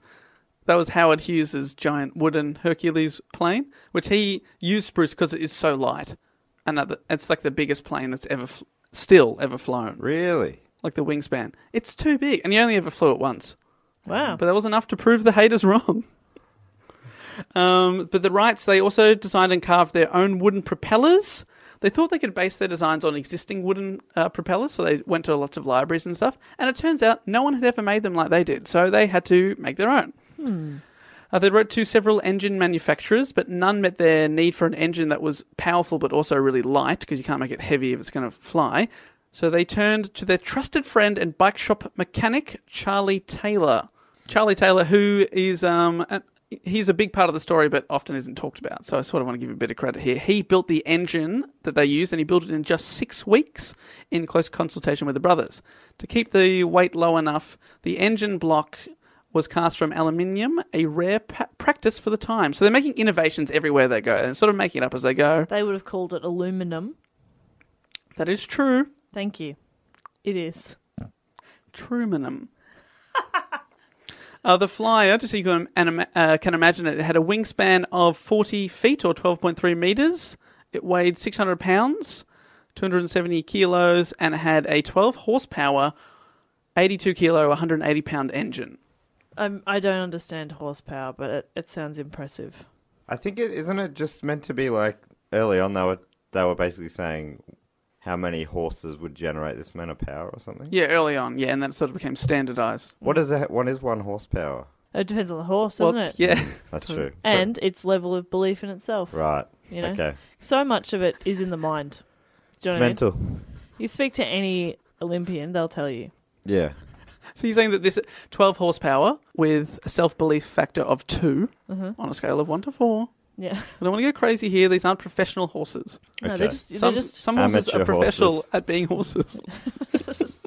That was Howard Hughes's giant wooden Hercules plane, which he used spruce because it is so light, and at the- it's like the biggest plane that's ever fl- still ever flown. Really? Like the wingspan, it's too big, and he only ever flew it once. wow. But that was enough to prove the haters wrong. Um, but the Wrights, they also designed and carved their own wooden propellers. They thought they could base their designs on existing wooden uh, propellers, so they went to lots of libraries and stuff. And it turns out no one had ever made them like they did, so they had to make their own. Uh, they wrote to several engine manufacturers, but none met their need for an engine that was powerful but also really light because you can't make it heavy if it's going to fly. So they turned to their trusted friend and bike shop mechanic, Charlie Taylor. Charlie Taylor, who is um, an- he's a big part of the story, but often isn't talked about. So I sort of want to give him a bit of credit here. He built the engine that they used, and he built it in just six weeks in close consultation with the brothers to keep the weight low enough. The engine block was cast from aluminium, a rare pa- practice for the time. So they're making innovations everywhere they go and sort of making it up as they go. They would have called it aluminum. That is true. Thank you. It is. Trumanum. <laughs> uh, the flyer, just so you can, anima- uh, can imagine it, it had a wingspan of 40 feet or 12.3 meters. It weighed 600 pounds, 270 kilos, and it had a 12 horsepower, 82 kilo, 180 pound engine. I'm, I don't understand horsepower, but it, it sounds impressive. I think it isn't it just meant to be like early on they were they were basically saying how many horses would generate this amount of power or something. Yeah, early on, yeah, and then it sort of became standardized. What is that? What is one horsepower? It depends on the horse, doesn't it? yeah. That's true. And its level of belief in itself. right. You know? Okay. So much of it is in the mind. Do you know It's what I mean? mental. You speak to any Olympian, they'll tell you. Yeah. So you're saying that this 12 horsepower with a self belief factor of 2 Mm-hmm. on a scale of one to four. Yeah. <laughs> I don't want to go crazy here. These aren't professional horses. No, Okay. they're just, Some, they're just some horses Amateur are professional horses. at being horses. Those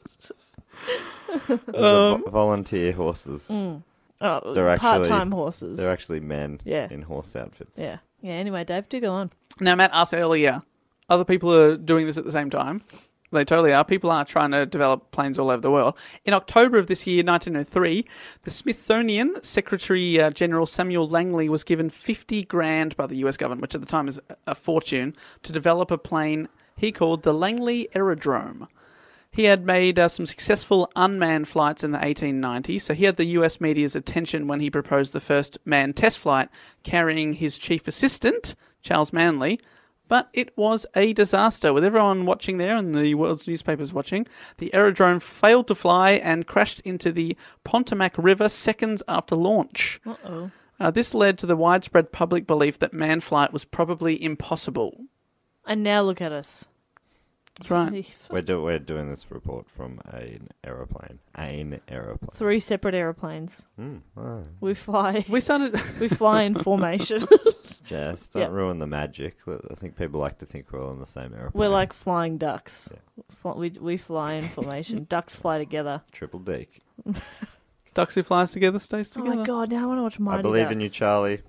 are Um, vo- volunteer horses. oh, they're actually- part-time horses. They're actually men Yeah. in horse outfits. yeah. Yeah, anyway, Dave, do go on. now, Matt asked earlier, other people are doing this at the same time. They totally are. People are trying to develop planes all over the world. In October of this year, 1903, the Smithsonian Secretary uh, General Samuel Langley was given 50 grand by the US government, which at the time is a- a fortune, to develop a plane he called the Langley Aerodrome. He had made uh, some successful unmanned flights in the 1890s, so he had the US media's attention when he proposed the first manned test flight carrying his chief assistant, Charles Manley, But it was a disaster. With everyone watching there and the world's newspapers watching, the aerodrome failed to fly and crashed into the Pontomac River seconds after launch. Uh-oh. Uh, this led to the widespread public belief that manned flight was probably impossible. And now look at us. That's right. We're, do- we're doing this report from an aeroplane. An aeroplane. Hmm. Three separate aeroplanes. We fly. We started. <laughs> We fly in formation. Just don't Yeah. ruin the magic. I think people like to think we're all in the same aeroplane. We're like flying ducks. Fl- we we fly in formation. ducks fly together. Triple D. Ducks who flies together stays Oh together. my god! Now I want to watch Mighty I believe in you, Ducks. Charlie.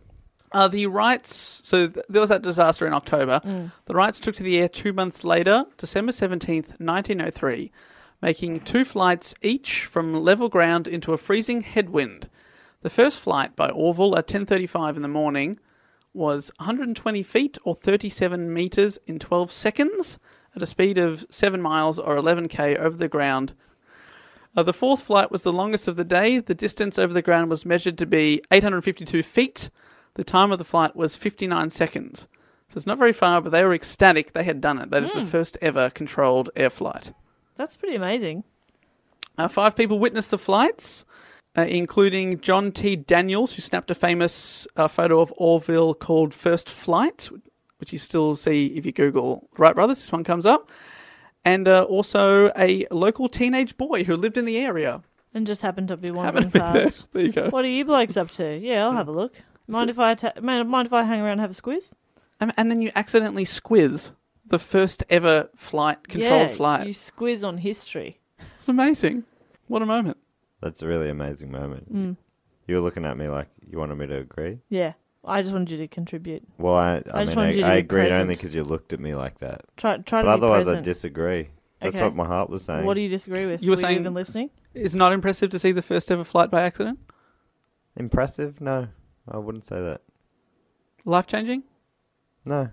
Uh, the Wrights. So th- there was that disaster in October. The Wrights took to the air two months later, December 17th, 1903, making two flights each from level ground into a freezing headwind. The first flight by Orville at 10:35 in the morning was 120 feet or 37 meters in 12 seconds at a speed of 7 miles or 11k over the ground. Uh, the fourth flight was the longest of the day. The distance over the ground was measured to be 852 feet. The time of the flight was 59 seconds. So it's not very far, but they were ecstatic they had done it. That is the first ever controlled air flight. That's pretty amazing. Uh, five people witnessed the flights, uh, including John T. Daniels, who snapped a famous uh, photo of Orville called First Flight, which you still see if you Google Wright Brothers. This one comes up. And uh, also a local teenage boy who lived in the area. And just happened to be wandering Happened to be there. past. There you go. What are you blokes up to? Yeah, I'll have a look. Mind if I ta- mind mind if I hang around and have a squeeze? Um, and then you accidentally squiz the first ever flight, controlled yeah, flight. You squiz on history. It's amazing. What a moment. That's a really amazing moment. Mm. You were looking at me like you wanted me to agree. Yeah, I just wanted you to contribute. Well, I, I, I just mean, wanted you to I, I be agreed only present. because you looked at me like that. Try try But to be otherwise, I present. disagree. That's Okay. what my heart was saying. What do you disagree with? You were you saying- even listening? It's not impressive to see the first ever flight by accident. Impressive? No, I wouldn't say that. Life changing. No,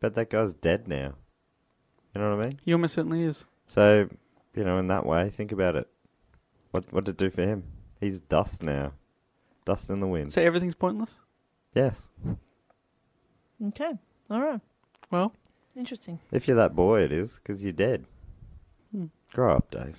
but that guy's dead now. You know what I mean? He almost certainly is. So, you know, in that way, think about it. What what did it do for him? He's dust now, dust in the wind. So everything's pointless. yes, Okay, all right, Well, interesting. if you're that boy, it is because you're dead. Hmm. Grow up, Dave.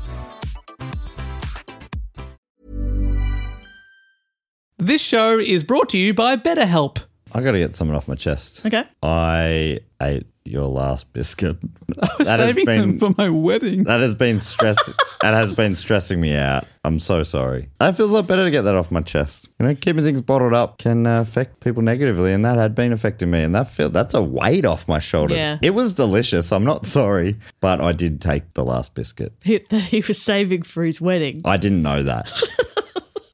this show is brought to you by BetterHelp. I got to get something off my chest. Okay, I ate your last <laughs> biscuit. I'm That has saving them been- for my wedding. That has been stress. that has been stressing me out. I'm so sorry. That feels a lot better to get that off my chest. You know, keeping things bottled up can uh, affect people negatively, and that had been affecting me. And that feel that's a weight off my shoulders. Yeah. It was delicious. I'm not sorry, but I did take the last biscuit. hit <laughs> that he was saving for his wedding. I didn't know that.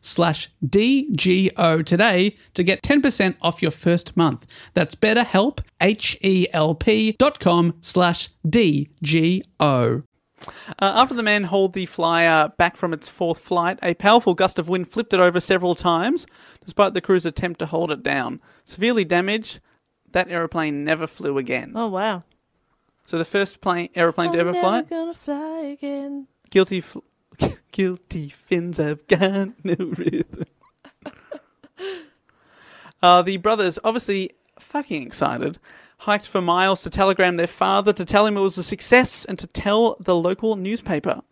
slash DGO today to get 10% off your first month. That's betterhelp, H-E-L-P dot com slash D-G-O. Uh, after the man hauled the flyer back from its fourth flight, a powerful gust of wind flipped it over several times, despite the crew's attempt to hold it down. Severely damaged, that aeroplane never flew again. Oh wow! So the first plane aeroplane to I'm ever never fly, gonna fly again. guilty, fl- <laughs> guilty fins have got no rhythm. <laughs> uh, the brothers, obviously fucking excited, hiked for miles to telegram their father to tell him it was a success and to tell the local newspaper.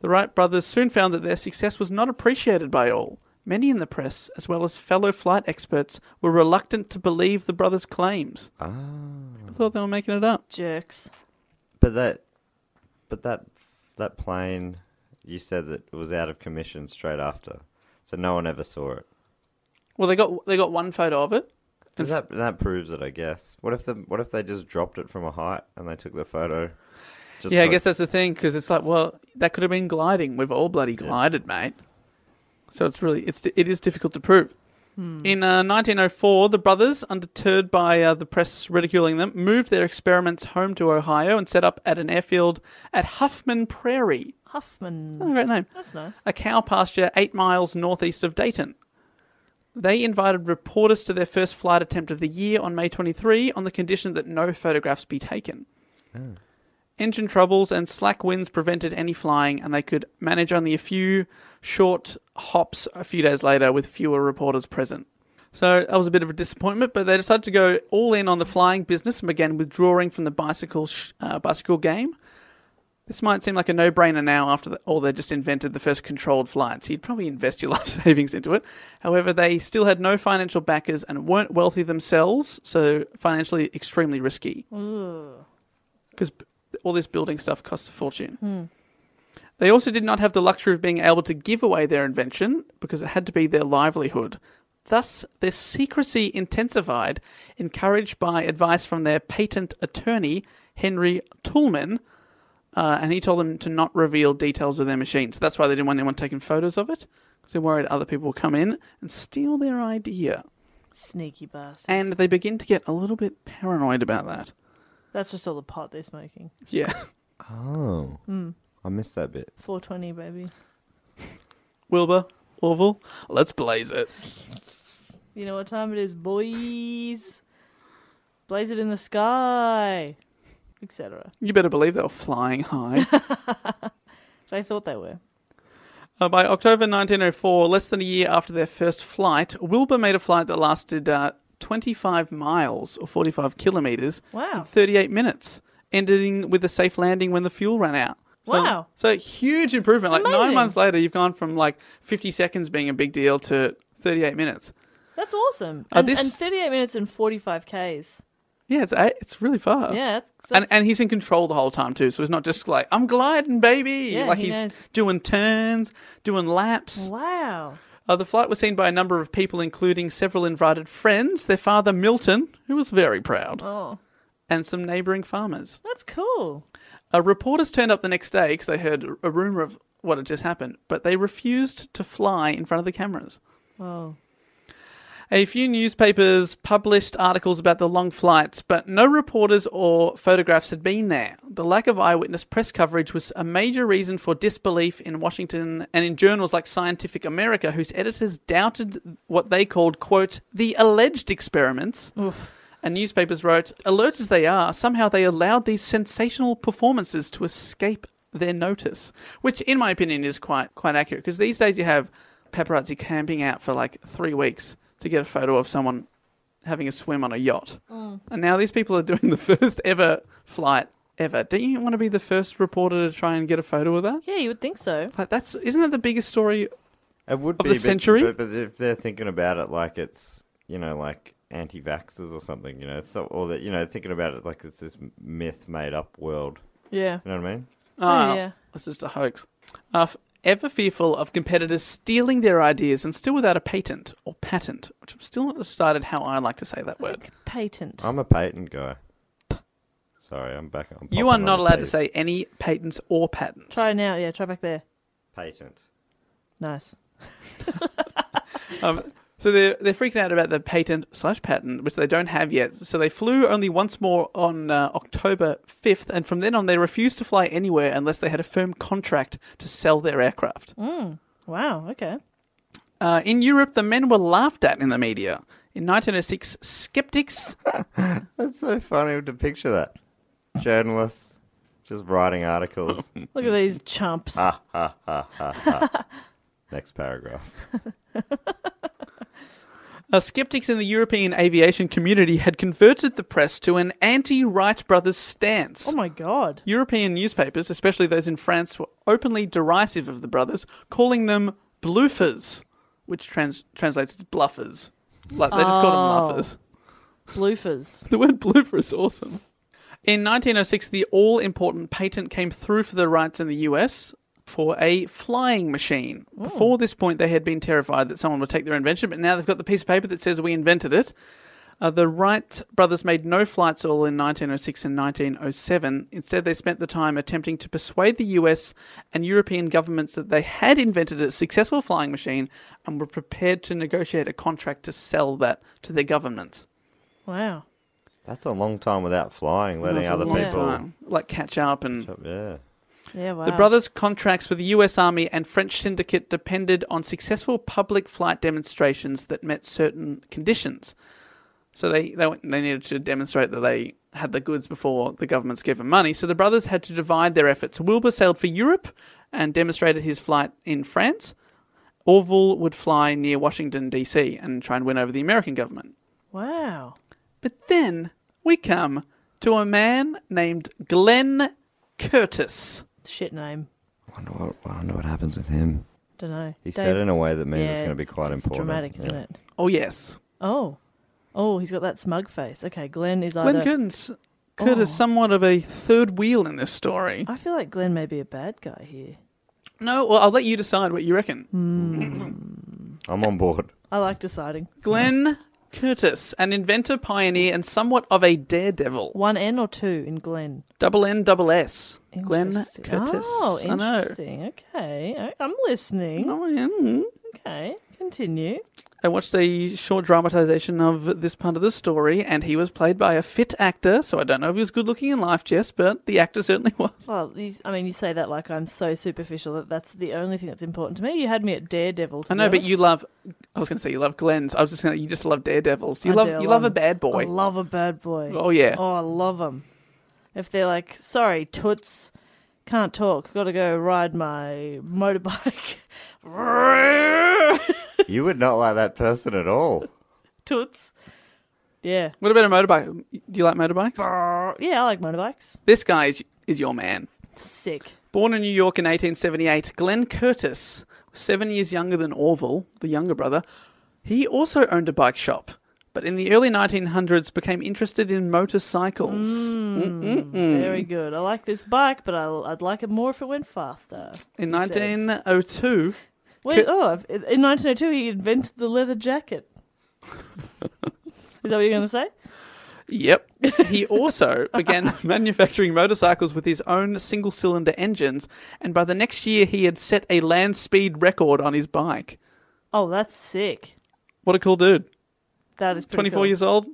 The Wright brothers soon found that their success was not appreciated by all. Many in the press, as well as fellow flight experts, were reluctant to believe the brothers' claims. Ah. People thought they were making it up. Jerks. But that, but that, that plane you said that it was out of commission straight after, so no one ever saw it. Well, they got they got one photo of it. Does that that proves it, I guess. What if the what if they just dropped it from a height and they took the photo? Just yeah, I for- guess that's the thing because it's like, well, that could have been gliding. We've all bloody glided, mate. So it's really it's it is difficult to prove. In uh, 1904, the brothers, undeterred by uh, the press ridiculing them, moved their experiments home to Ohio and set up at an airfield at Huffman Prairie. Huffman. Oh, great name. That's nice. a cow pasture eight miles northeast of Dayton. They invited reporters to their first flight attempt of the year on May 23 on the condition that no photographs be taken. Engine troubles and slack winds prevented any flying, and they could manage only a few short hops a few days later with fewer reporters present. So that was a bit of a disappointment, but they decided to go all in on the flying business and began withdrawing from the bicycle sh- uh, bicycle game. This might seem like a no-brainer now after the, all they just invented the first controlled flights. You'd probably invest your <laughs> life savings into it. However, they still had no financial backers and weren't wealthy themselves, so financially extremely risky. Because all this building stuff costs a fortune. They also did not have the luxury of being able to give away their invention because it had to be their livelihood. Thus, their secrecy intensified, encouraged by advice from their patent attorney, Henry Toolman, uh, and he told them to not reveal details of their machine. So that's why they didn't want anyone taking photos of it, because they're worried other people will come in and steal their idea. Sneaky bastard. And they begin to get a little bit paranoid about that. That's just all the pot they're smoking. Yeah. <laughs> Oh, I missed that bit. 420, baby. Wilbur, Orville, let's blaze it. You know what time it is, boys? Blaze it in the sky, etc. You better believe they were flying high. They thought they were. Uh, by October 1904, less than a year after their first flight, Wilbur made a flight that lasted uh, 25 miles or 45 kilometers in Wow. 38 minutes, ending with a safe landing when the fuel ran out. So, Wow. So huge improvement. Like nine Amazing. months later, you've gone from like 50 seconds being a big deal to 38 minutes. That's awesome. Oh, Uh, And, this- and 38 minutes and 45 Ks. Yeah, it's eight- it's really Oh. far. Yeah, that's, And, that's and he's in control the whole time too, so it's not just like I'm gliding, baby. Yeah, like he he's knows. doing turns, doing laps. wow. Uh, the flight was seen by a number of people, including several invited friends, their father Milton, who was very proud, Oh, and some neighbouring farmers. that's cool. Uh, reporters turned up the next day because they heard a rumour of what had just happened, but they refused to fly in front of the cameras. Oh, A few newspapers published articles about the long flights, but no reporters or photographs had been there. The lack of eyewitness press coverage was a major reason for disbelief in Washington and in journals like Scientific America, whose editors doubted what they called, quote, the alleged experiments. And newspapers wrote, alert as they are, somehow they allowed these sensational performances to escape their notice, which, in my opinion, is quite quite accurate because these days you have paparazzi camping out for like three weeks to get a photo of someone having a swim on a yacht, and now these people are doing the first ever flight ever. Don't you want to be the first reporter to try and get a photo of that? yeah, you would think so. Like that's isn't that the biggest story? It would Of be the a bit- century? but, but if they're thinking about it like it's you know like anti-vaxxers or something, you know, so or that you know thinking about it like it's this myth made up world. Yeah. Oh, You know what I mean? Ah, yeah. This is just a hoax. Uh, f- ever fearful of competitors stealing their ideas and still without a patent or patent, which I'm still not decided how I like to say that word. Like patent. I'm a patent guy. Sorry, I'm back. I'm You popping are on not the allowed to page. say any patents or patents. Try now. Yeah, try back there. patent. Nice. Um, so they're, they're freaking out about the patent slash patent, which they don't have yet. So they flew only once more on uh, October 5th, and from then on, they refused to fly anywhere unless they had a firm contract to sell their aircraft. Wow. Okay. Uh, in Europe, the men were laughed at in the media. In 1906, skeptics That's <laughs> so funny to picture that journalists just <laughs> writing articles. Look at these chumps. Ah. Next paragraph. Uh, skeptics in the European aviation community had converted the press to an anti Wright brothers stance. oh my god. European newspapers, especially those in France, were openly derisive of the brothers, calling them bloofers, which trans- translates as bluffers. Like they just called them bluffers. Bloofers. <laughs> The word blooper is oh awesome. In 1906, the all important patent came through for the rights in the US. for a flying machine. Before this point, they had been terrified that someone would take their invention, but now they've got the piece of paper that says we invented it. Uh, the Wright brothers made no flights at all in 1906 and 1907. Instead, they spent the time attempting to persuade the US and European governments that they had invented a successful flying machine and were prepared to negotiate a contract to sell that to their governments. Wow. That's a long time without flying, letting That's a other long people. time. like catch up and Yeah. Yeah, wow. The brothers' contracts with the US Army and French syndicate depended on successful public flight demonstrations that met certain conditions. So they, they, went- they needed to demonstrate that they had the goods before the governments gave them money. So the brothers had to divide their efforts. Wilbur sailed for Europe and demonstrated his flight in France. Orville would fly near Washington, D.C., and try and win over the American government. Wow. But then we come to a man named Glenn Curtis. Shit name. I wonder what, I wonder what happens with him. Don't know. He said it in a way that means it's going to be quite it's important. dramatic, isn't Yeah. it? Oh, yes. Oh. Oh, he's got that smug face. Okay, Glenn is Glenn either. Curtin's Kurt Oh. is somewhat of a third wheel in this story. I feel like Glenn may be a bad guy here. No, well, I'll let you decide what you reckon. Mm. I'm on board. I like deciding. Glenn Curtis, an inventor, pioneer, and somewhat of a daredevil. One N or two in Glenn. Double N, double S. Glenn Interesting. Curtis. Oh, I know. interesting. Okay, I, I'm listening. Oh, yeah. mm. Okay, continue. I watched a short dramatization of this part of the story, and he was played by a fit actor, so I don't know if he was good looking in life, Jess, but the actor certainly <laughs> was. Well, you, I mean, you say that like I'm so superficial that that's the only thing that's important to me. You had me at Daredevil. To I know, be but you honest. love. I was going to say you love Glenn's. I was just going to. You just love daredevils. You I love. do, I you love a bad boy. I love a bad boy. Oh, yeah. Oh, I love them. If they're like, sorry, toots, can't talk, got to go ride my motorbike. <laughs> You would not like that person at all. toots. Yeah. What about a motorbike? Do you like motorbikes? Yeah, I like motorbikes. This guy is, is your man. Sick. Born in New York in 1878, Glenn Curtis, seven years younger than Orville, the younger brother, he also owned a bike shop, but in the early 1900s became interested in motorcycles. Mm, Mm-mm-mm. Very good. I like this bike, but I, I'd like it more if it went faster. In he said. 1902, Wait, oh, in 1902, he invented the leather jacket. Is that what you're going to say? Yep. He also began <laughs> manufacturing motorcycles with his own single cylinder engines, and by the next year, he had set a land speed record on his bike. Oh, that's sick. What a cool dude. That is pretty 24 cool. years old,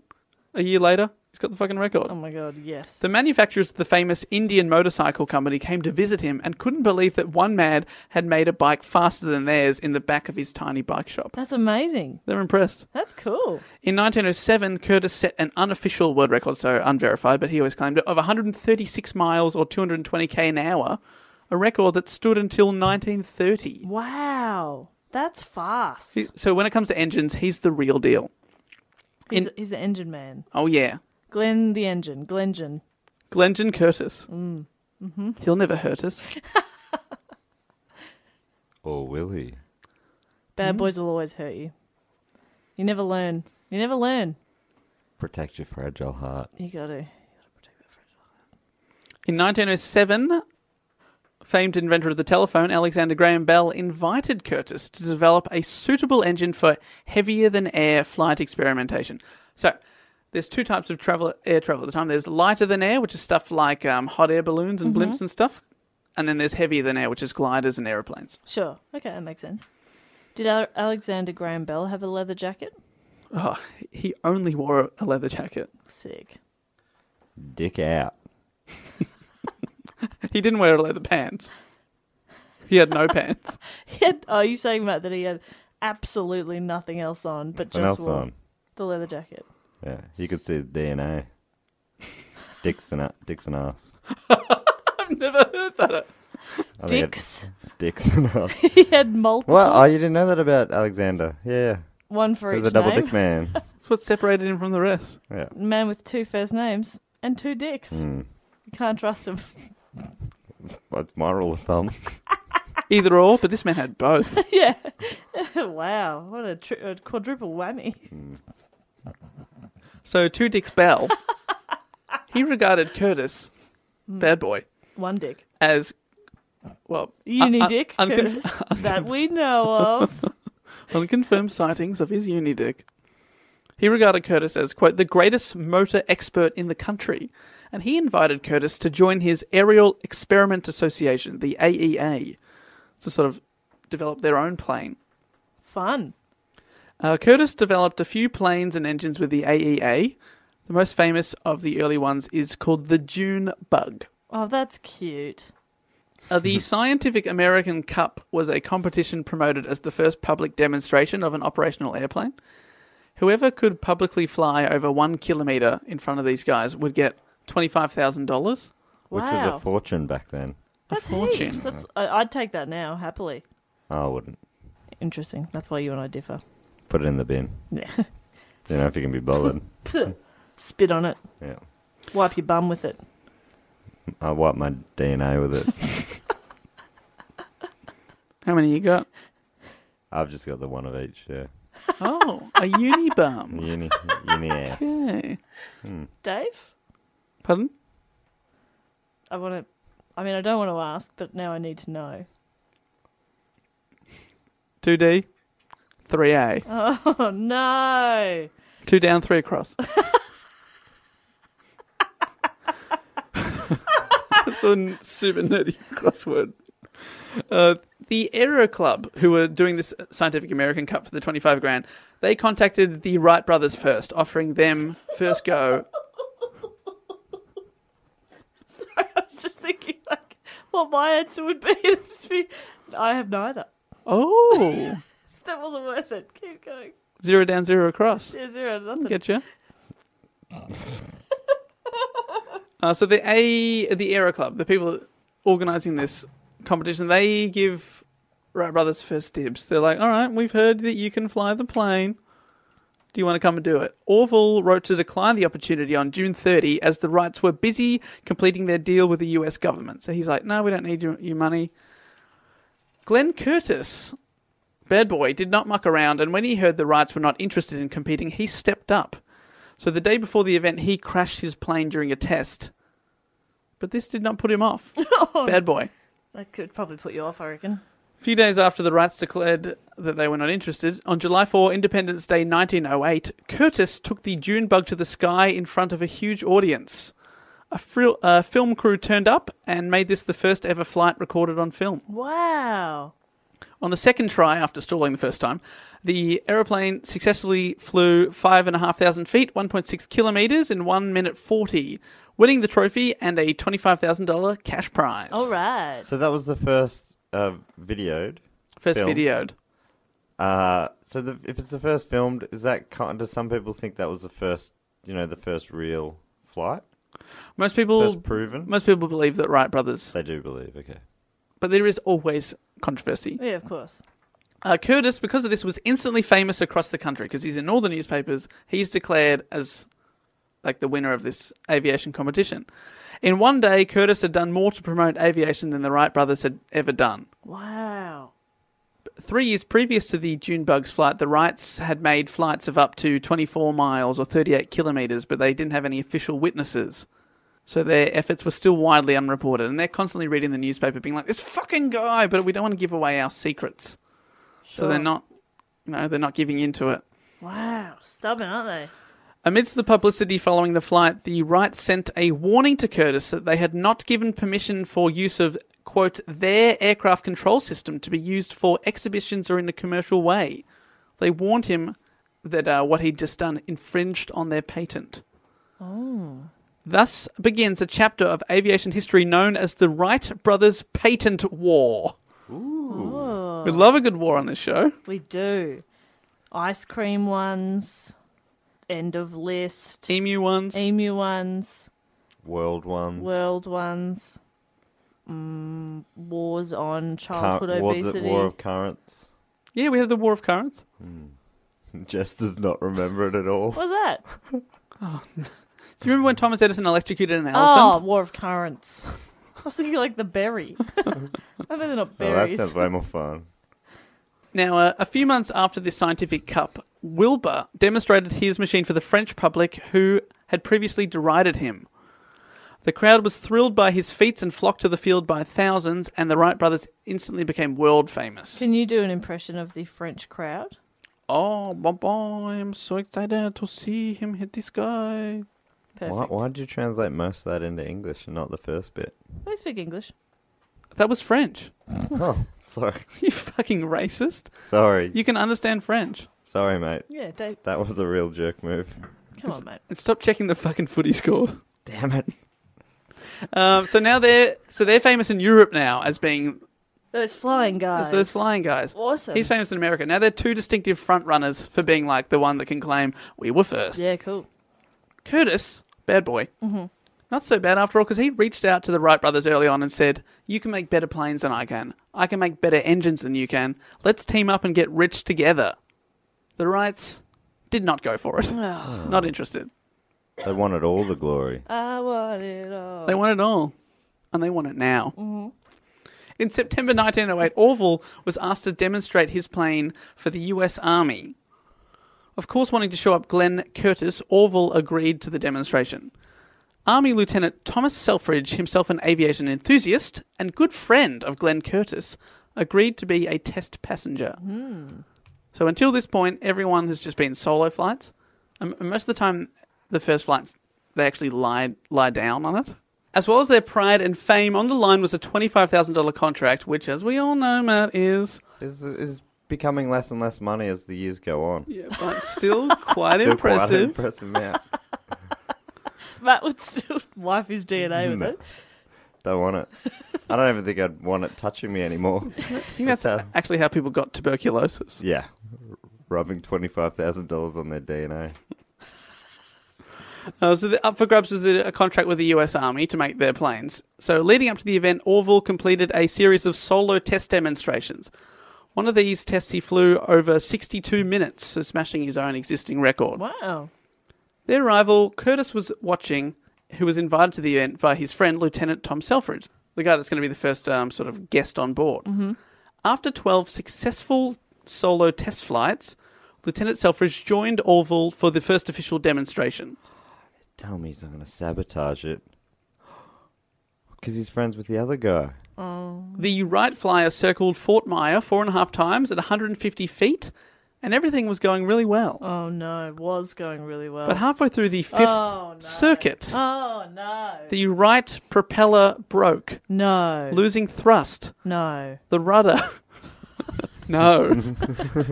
a year later, he's got the fucking record. Oh my god, yes. the manufacturers of the famous Indian motorcycle company came to visit him and couldn't believe that one man had made a bike faster than theirs in the back of his tiny bike shop. that's amazing. They're impressed. That's cool. In 1907, Curtis set an unofficial world record, so unverified, but he always claimed it, of 136 miles or 220k an hour, a record that stood until 1930. Wow, that's fast. He- So when it comes to engines, he's the real deal. he's, in- he's the engine man, Oh, yeah. Glenn the engine, Glengen. Glenjan Curtis. Mm-hmm. He'll never hurt us. Or will he? Hmm? Bad boys will always hurt you. You never learn. You never learn. Protect your fragile heart. You gotta. In 1907, famed inventor of the telephone, Alexander Graham Bell, invited Curtis to develop a suitable engine for heavier than air flight experimentation. So, there's two types of travel air travel at the time. There's lighter than air, which is stuff like um, hot air balloons and blimps and stuff, and then there's heavier than air, which is gliders and aeroplanes. Sure. Okay, that makes sense. Did Al- Alexander Graham Bell have a leather jacket? Oh, he only wore a leather jacket. Sick. <laughs> Dick out. He didn't wear leather pants. He had no pants. He had, oh, you saying Matt that he had absolutely nothing else on, but What just else wore on? the leather jacket. Yeah, you could see <laughs> his DNA. Dicks and a- dicks and ass. Never heard that. I think it- Dicks. <laughs> Dicks and ass. he had multiple. Well, oh, you didn't know that about Alexander. Yeah, one for he was each a double name. <laughs> dick man. <laughs> That's what separated him from the rest. Yeah. man with two first names and two dicks. Hmm. You can't trust him. <laughs> That's my rule of thumb. Either or, but this man had both. yeah. <laughs> wow. What a, tri- a quadruple whammy. So two dicks Bell, he regarded Curtis, bad boy, One dick. as Well, Unidick. un- unconf- <laughs> curse that we know of. Unconfirmed sightings of his Unidick. He regarded Curtis as, quote, the greatest motor expert in the country, and he invited Curtis to join his Aerial Experiment Association, the AEA, to sort of develop their own plane. Fun. Uh, Curtis developed a few planes and engines with the AEA. The most famous of the early ones is called the June Bug. Oh, that's cute. Uh, the Scientific American Cup was a competition promoted as the first public demonstration of an operational airplane. Whoever could publicly fly over one kilometer in front of these guys would get twenty-five thousand dollars. Which was Wow. a fortune back then. That's fortune. heaps. That's, I, I'd take that now happily. I wouldn't. Interesting. That's why you and I differ. Put it in the bin. Yeah. You know, if you can be bothered. <laughs> Spit on it. Yeah. Wipe your bum with it. I wipe my DNA <laughs> with it. How many you <laughs> got? I've just got the one of each, yeah. Oh, a uni bum. Uni, <laughs> uni ass. Okay. Dave, Pardon? I want to. I mean, I don't want to ask, but now I need to know. <laughs> Two D, three A. Oh no! <laughs> Two down, three across. That's a super nerdy crossword. Uh, the Aero Club, who were doing this Scientific American Cup for the 25 grand, they contacted the Wright brothers first, offering them first go. I was just thinking like what my answer would be. <laughs> It'd just be, I have neither. Oh, That wasn't worth it. Keep going. zero down, zero across. Yeah, zero, nothing. Get you. <laughs> uh, so the A, the Aero Club, the people organising this competition, they give Wright Brothers first dibs. They're like, "All right, we've heard that you can fly the plane. Do you want to come and do it?" Orville wrote to decline the opportunity on June 30 as the Wrights were busy completing their deal with the U.S. government. So he's like, "No, we don't need your, your money." Glenn Curtis, bad boy, did not muck around, and when he heard the Wrights were not interested in competing, he stepped up. So the day before the event, he crashed his plane during a test. But this did not put him off. Bad boy. That could probably put you off, I reckon. A few days after the Wrights declared that they were not interested, on July 4, Independence Day 1908, Curtis took the June bug to the sky in front of a huge audience. A fril- uh, film crew turned up and made this the first ever flight recorded on film. Wow. On the second try, after stalling the first time, the aeroplane successfully flew 5,500 feet, 1.6 kilometres in 1 minute 40, winning the trophy and a $25,000 cash prize. All right. So that was the first uh, videoed. First Film. videoed. Uh, so the, if it's the first filmed, is that kind? Do some people think that was the first? You know, the first real flight, Most people, first proven. most people believe that Wright brothers, they do believe. Okay, but there is always controversy. Yeah, of course. Uh, Curtis, because of this, was instantly famous across the country because he's in all the newspapers. He's declared as like the winner of this aviation competition. In one day, Curtis had done more to promote aviation than the Wright brothers had ever done. Wow. Three years previous to the June Bugs flight, the Wrights had made flights of up to 24 miles or 38 kilometres, but they didn't have any official witnesses. So their efforts were still widely unreported, and they're constantly reading the newspaper being like, this fucking guy, but we don't want to give away our secrets. So they're Sure. not, you know, they're not giving in to it. Wow. Stubborn, aren't Amidst the publicity following the flight, the Wrights sent a warning to Curtis that they had not given permission for use of, quote, their aircraft control system to be used for exhibitions or in a commercial way. They warned him that uh, what he'd just done infringed on their patent. Thus begins a chapter of aviation history known as the Wright Brothers Patent War. Hmm. Ooh. We love a good war on this show. they? We do. Ice cream ones. End of list. Emu ones. Emu ones. world ones. World ones. Mm, wars on Cur- childhood wars at obesity. war of currents. <laughs> Yeah, we had the War of Currents. Jess does not remember it at all. What was that? Do you remember when Thomas Edison electrocuted an Oh, elephant? War of Currents. I was thinking like the <laughs> berry. I know they're not Oh, that berries. sounds way more fun. Now, uh, a few months after this scientific cup, Wilbur demonstrated his machine for the French public who had previously derided him. The crowd was thrilled by his feats and flocked to the field by thousands, and the Wright brothers instantly became world famous. Can you do an impression of the French crowd? Oh, bon, bon, I'm so excited to see him hit this guy. Perfect. Why, why did you translate most of that into English and not the first bit? They speak English. That was French. <laughs> oh, <laughs> sorry. You fucking racist. Sorry. You can understand French. Sorry, mate. Yeah, Dave. That was a real jerk move. Come on, mate. And stop checking the fucking footy score. <laughs> Damn it. Um, so now they're so they're famous in Europe now as being Those flying guys. as those flying guys. Awesome. He's famous in America. Now they're two distinctive front runners for being like the one that can claim we were first. Yeah, cool. Curtis, bad boy. Mm-hmm. Not so bad after all, because he reached out to the Wright brothers early on and said, You can make better planes than I can. I can make better engines than you can. Let's team up and get rich together. The Wrights did not go for it. Not interested. They wanted all the glory. I want it all. They want it all, and they want it now. In September 1908, Orville was asked to demonstrate his plane for the US Army. Of course, wanting to show up Glenn Curtis, Orville agreed to the demonstration. Army Lieutenant Thomas Selfridge, himself an aviation enthusiast and good friend of Glenn Curtis, agreed to be a test passenger. So until this point, everyone has just been solo flights. Um, And and most of the time, the first flights they actually lie lie down on it. As well as their pride and fame on the line was a twenty-five thousand dollar contract, which, as we all know, Matt is Is is becoming less and less money as the years go on. yeah, but <laughs> still quite Still quite an impressive. impressive <laughs> amount. <laughs> Matt would still wipe his DNA with it. Don't want it. I don't even think I'd want it touching me anymore. I think that's That's, uh, actually how people got tuberculosis. Yeah. Rubbing $25,000 on their DNA. Uh, so the, up for grabs was a, a contract with the U.S. Army to make their planes. So leading up to the event, Orville completed a series of solo test demonstrations. One of these tests, he flew over 62 minutes, so smashing his own existing record. Wow. Their rival, Curtis, was watching, who was invited to the event by his friend, Lieutenant Tom Selfridge, the guy that's going to be the first um, sort of guest on board. Mm-hmm. After 12 successful solo test flights, Lieutenant Selfridge joined Orville for the first official demonstration. Tell me he's not going to sabotage it. <gasps> Because he's friends with the other guy. The Wright flyer circled Fort Myer four and a half times at 150 feet, and everything was going really well. Oh no, it was going really well. But halfway through the fifth Oh, no. circuit, oh no. the Wright propeller broke, No. losing thrust. no. The rudder. <laughs> no.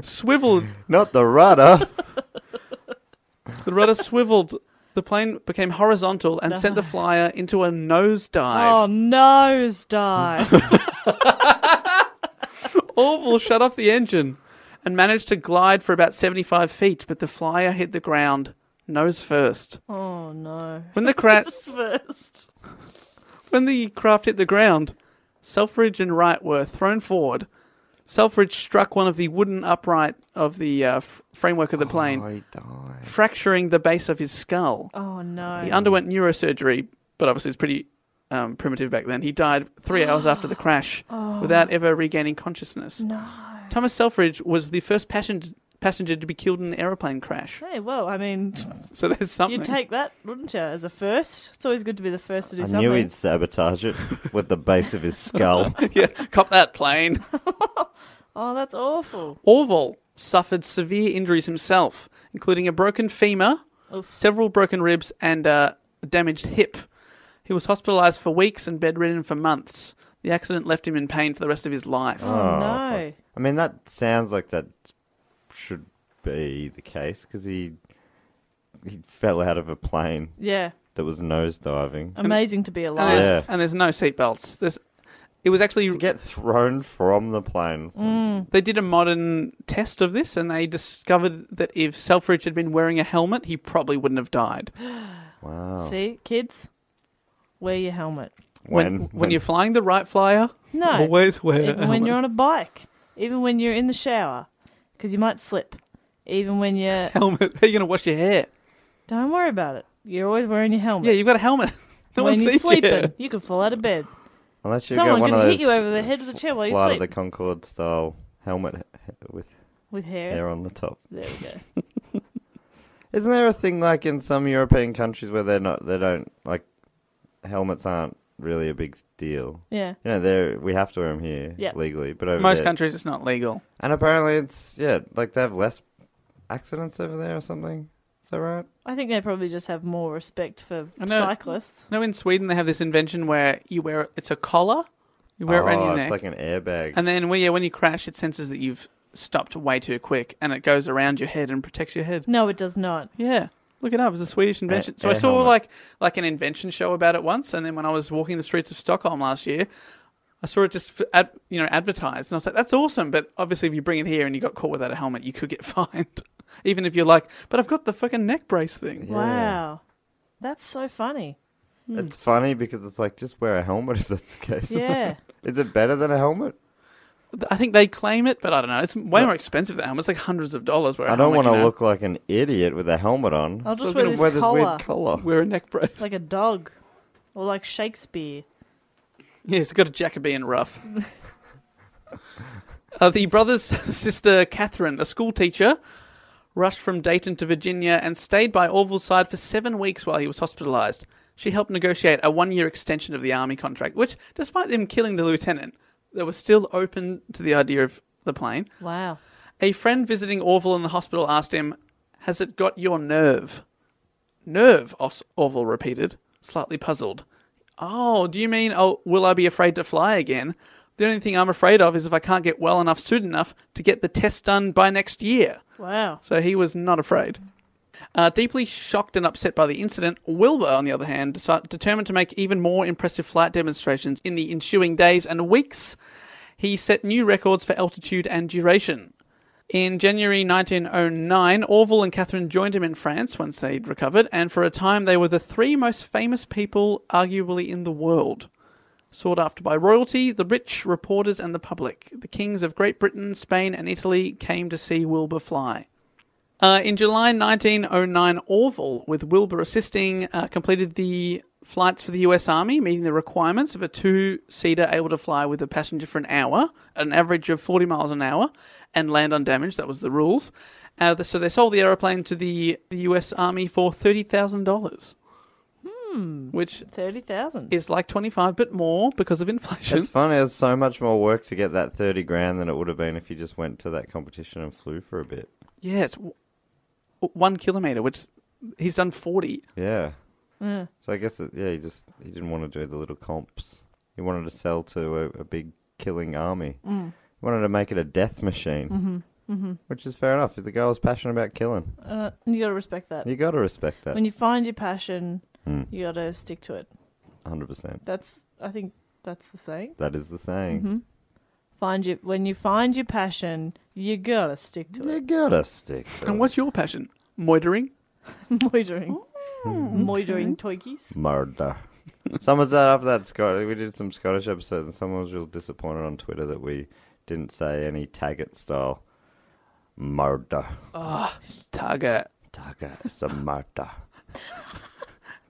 swiveled. Not the rudder. <laughs> The rudder swiveled. The plane became horizontal and sent the flyer into a Oh, nosedive. nose dive. <laughs> Orville shut off the engine and managed to glide for about 75 feet, but the flyer hit the ground nose first. oh no. When the, <laughs> cra- First. when the craft hit the ground, Selfridge and Wright were thrown forward. Selfridge struck one of the wooden upright of the uh, f- framework of the plane, Oh, he died. fracturing the base of his skull. Oh no. He underwent neurosurgery, but obviously it's pretty um, primitive back then. He died three hours after the crash without ever regaining consciousness. No. Thomas Selfridge was the first passenger passenger to be killed in an aeroplane crash. Hey, well, I mean, So there's something. you'd take that, wouldn't you, as a first? It's always good to be the first to do I something. knew he'd sabotage it with the base of <laughs> his skull. <laughs> yeah, cop that plane. Oh, that's awful. Orville suffered severe injuries himself, including a broken femur, several broken ribs, and uh, a damaged hip. He was hospitalized for weeks and bedridden for months. The accident left him in pain for the rest of his life. Oh, no. I mean, that sounds like that should be the case because he he fell out of a plane Yeah. that was nosediving. Amazing to be And alive. there's, Yeah. and there's no seatbelts. There's, it was actually To get thrown from the plane. Mm, they did a modern test of this, and they discovered that if Selfridge had been wearing a helmet, he probably wouldn't have died. Wow. See, kids, wear your helmet. When when, you're flying the right flyer, No. always wear. a Even when helmet. you're on a bike, even when you're in the shower, because you might slip. Even <laughs> when <laughs> you're. helmet, how are you going to wash your hair? Don't worry about it. You're always wearing your helmet. Yeah, you've got a helmet. <laughs> No when one you're sees sleeping, you. you. can fall out of bed. Unless you got Someone one could of those hit you over the head with a chair while you Flight of sleep. the Concorde style helmet h- with With hair. hair on the top. There we go. Isn't there a thing like in some European countries where they're not they don't like helmets aren't really a big deal. Yeah. You know, they're, we have to wear them here Yeah. legally, but over Most there, countries, it's not legal. and apparently it's yeah, like they have less accidents over there or something. Is that right? I think they probably just have more respect for I know. cyclists. No, in Sweden, they have this invention where you wear it, it's a collar, you wear it around Oh, your neck, It's like an airbag. and then when, yeah, when you crash, it senses that you've stopped way too quick, and it goes around your head and protects your head. No, it does not. Yeah. Look it up. It's a Swedish invention. so I air saw helmet. like like an invention show about it once, and then when I was walking the streets of Stockholm last year, I saw it just f- ad, you know advertised, and I was like, "That's awesome!" But obviously, if you bring it here and you got caught without a helmet, you could get <laughs> fined, even if you're like, "But I've got the fucking neck brace thing." Wow. That's so funny. It's funny because it's like just wear a helmet <laughs> if that's the case. Yeah. Is it better than a helmet? I think they claim it, but I don't know. It's way more expensive than a helmet. It's like hundreds of dollars. Where a I don't helmet want to can look like an idiot with a helmet on. I'll just I'm wear gonna this wear this collar. weird collar. have- wear a neck brace. like a dog. Or like Shakespeare. <laughs> Yes, it's got a Jacobean rough. <laughs> uh, the brother's <laughs> sister, Catherine, a school teacher, rushed from Dayton to Virginia and stayed by Orville's side for seven weeks while he was hospitalized. She helped negotiate a one year extension of the Army contract, which, despite them killing the lieutenant, they were still open to the idea of the plane. Wow. A friend visiting Orville in the hospital asked him, Has it got your nerve? Nerve, Os- Orville repeated, slightly puzzled. Oh, do you mean, oh, will I be afraid to fly again? The only thing I'm afraid of is if I can't get well enough soon enough to get the test done by next year. Wow. So he was not afraid. Uh, deeply shocked and upset by the incident, Wilbur, on the other hand, decided, determined to make even more impressive flight demonstrations in the ensuing days and weeks. He set new records for altitude and duration. In January 1909, Orville and Catherine joined him in France once they'd recovered, and for a time they were the three most famous people, arguably, in the world. Sought after by royalty, the rich, reporters, and the public, the kings of Great Britain, Spain, and Italy came to see Wilbur fly. Uh, in July 1909, Orville, with Wilbur assisting, uh, completed the flights for the US Army, meeting the requirements of a two seater able to fly with a passenger for an hour, at an average of 40 miles an hour, and land undamaged. That was the rules. Uh, th- so they sold the aeroplane to the, the US Army for $30,000. Hmm. Which 30,000. is like 25 but more because of inflation. <laughs> It's funny. It's so much more work to get that thirty grand than it would have been if you just went to that competition and flew for a bit. yeah, it's w- w- one kilometer, which he's done 40. Yeah. So I guess it, yeah, he just he didn't want to do the little comps. He wanted to sell to a, a big killing army. He wanted to make it a death machine, mm-hmm. Mm-hmm. which is fair enough. The guy was passionate about killing. Uh, you got to respect that. You got to respect that, When you find your passion, you got to stick to it. hundred percent. That's, I think that's the saying. That is the saying. Find your, when you find your passion, you got to stick <laughs> to You it. gotta stick to And it. what's your passion? Moitering? Moidering. Hmm. Hmm. Moidering toikies. murder. Someone said after that Scott, we did some Scottish episodes, and someone was real disappointed on Twitter that we didn't say any Taggart style murder. Target. Taggart is a murder.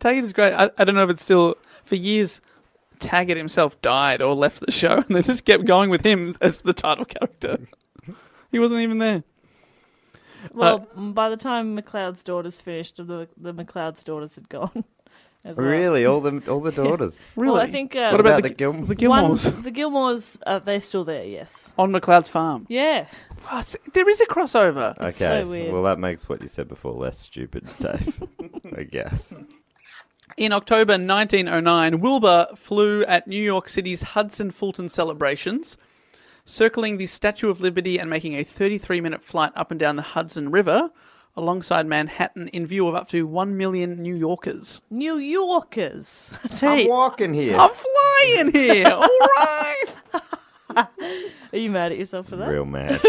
Taggart is great. I, I don't know if it's still for years. Taggart himself died or left the show, <laughs> and they just kept going with him as the title character. He wasn't even there. Well, Uh, m by the time McLeod's daughters finished, the, the McLeod's daughters had gone. <laughs> As well. Really, all the all the daughters. Really? Well, I think uh, What What about the the, Gilmore? the Gilmores One, the Gilmores, uh, they're still there, yes. on McLeod's farm. Yeah. Wow, see, Oh, there is a crossover. okay, so weird. well that makes what you said before less stupid, Dave. I guess. In October 1909, Wilbur flew at New York City's Hudson Fulton celebrations, circling the Statue of Liberty and making a 33 minute flight up and down the Hudson River alongside Manhattan in view of up to 1 million New Yorkers. New Yorkers. <laughs> I'm walking here. I'm flying here. <laughs> All right. Are you mad at yourself for that? <laughs> real mad.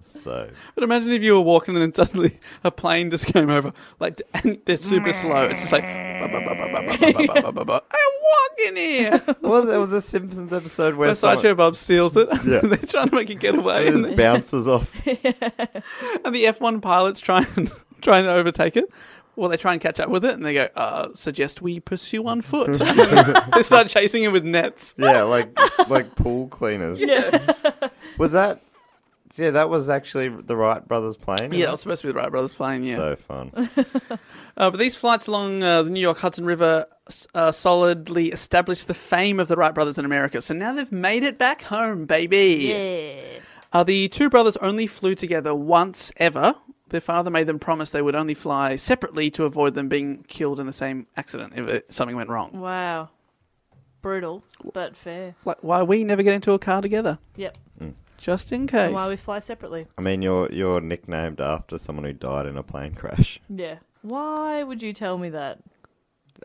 so But imagine if you were walking and then suddenly a plane just came over. Like, and they're super slow. It's just like, ba, ba, ba, ba, ba, ba, ba, ba, ba, ba, ba. <laughs> I'm walking <laughs> here. well, there was a Simpsons episode where Where Sideshow someone, Bob steals it. Yeah. <laughs> they're trying to make it get away. it And, just bounces off. and the F1 pilots try and, <laughs> try and overtake it. Well, they try and catch up with it and they go, uh, suggest we pursue on <laughs> foot. <laughs> they start chasing him with nets. <laughs> Yeah, like like pool cleaners. Yeah. Was that yeah, that was actually the Wright brothers plane. Yeah, it was supposed to be the Wright brothers plane. Yeah, So fun. uh, but these flights along uh, the New York Hudson River s- uh, solidly established the fame of the Wright brothers in America. So now they've made it back home, baby. Yeah. Uh, the two brothers only flew together once ever. Their father made them promise they would only fly separately to avoid them being killed in the same accident if it, something went wrong. Wow. Brutal, but fair. Like, why we never get into a car together, Yep. just in case. And why we fly separately. I mean, you're you're nicknamed after someone who died in a plane crash. Yeah. Why would you tell me that?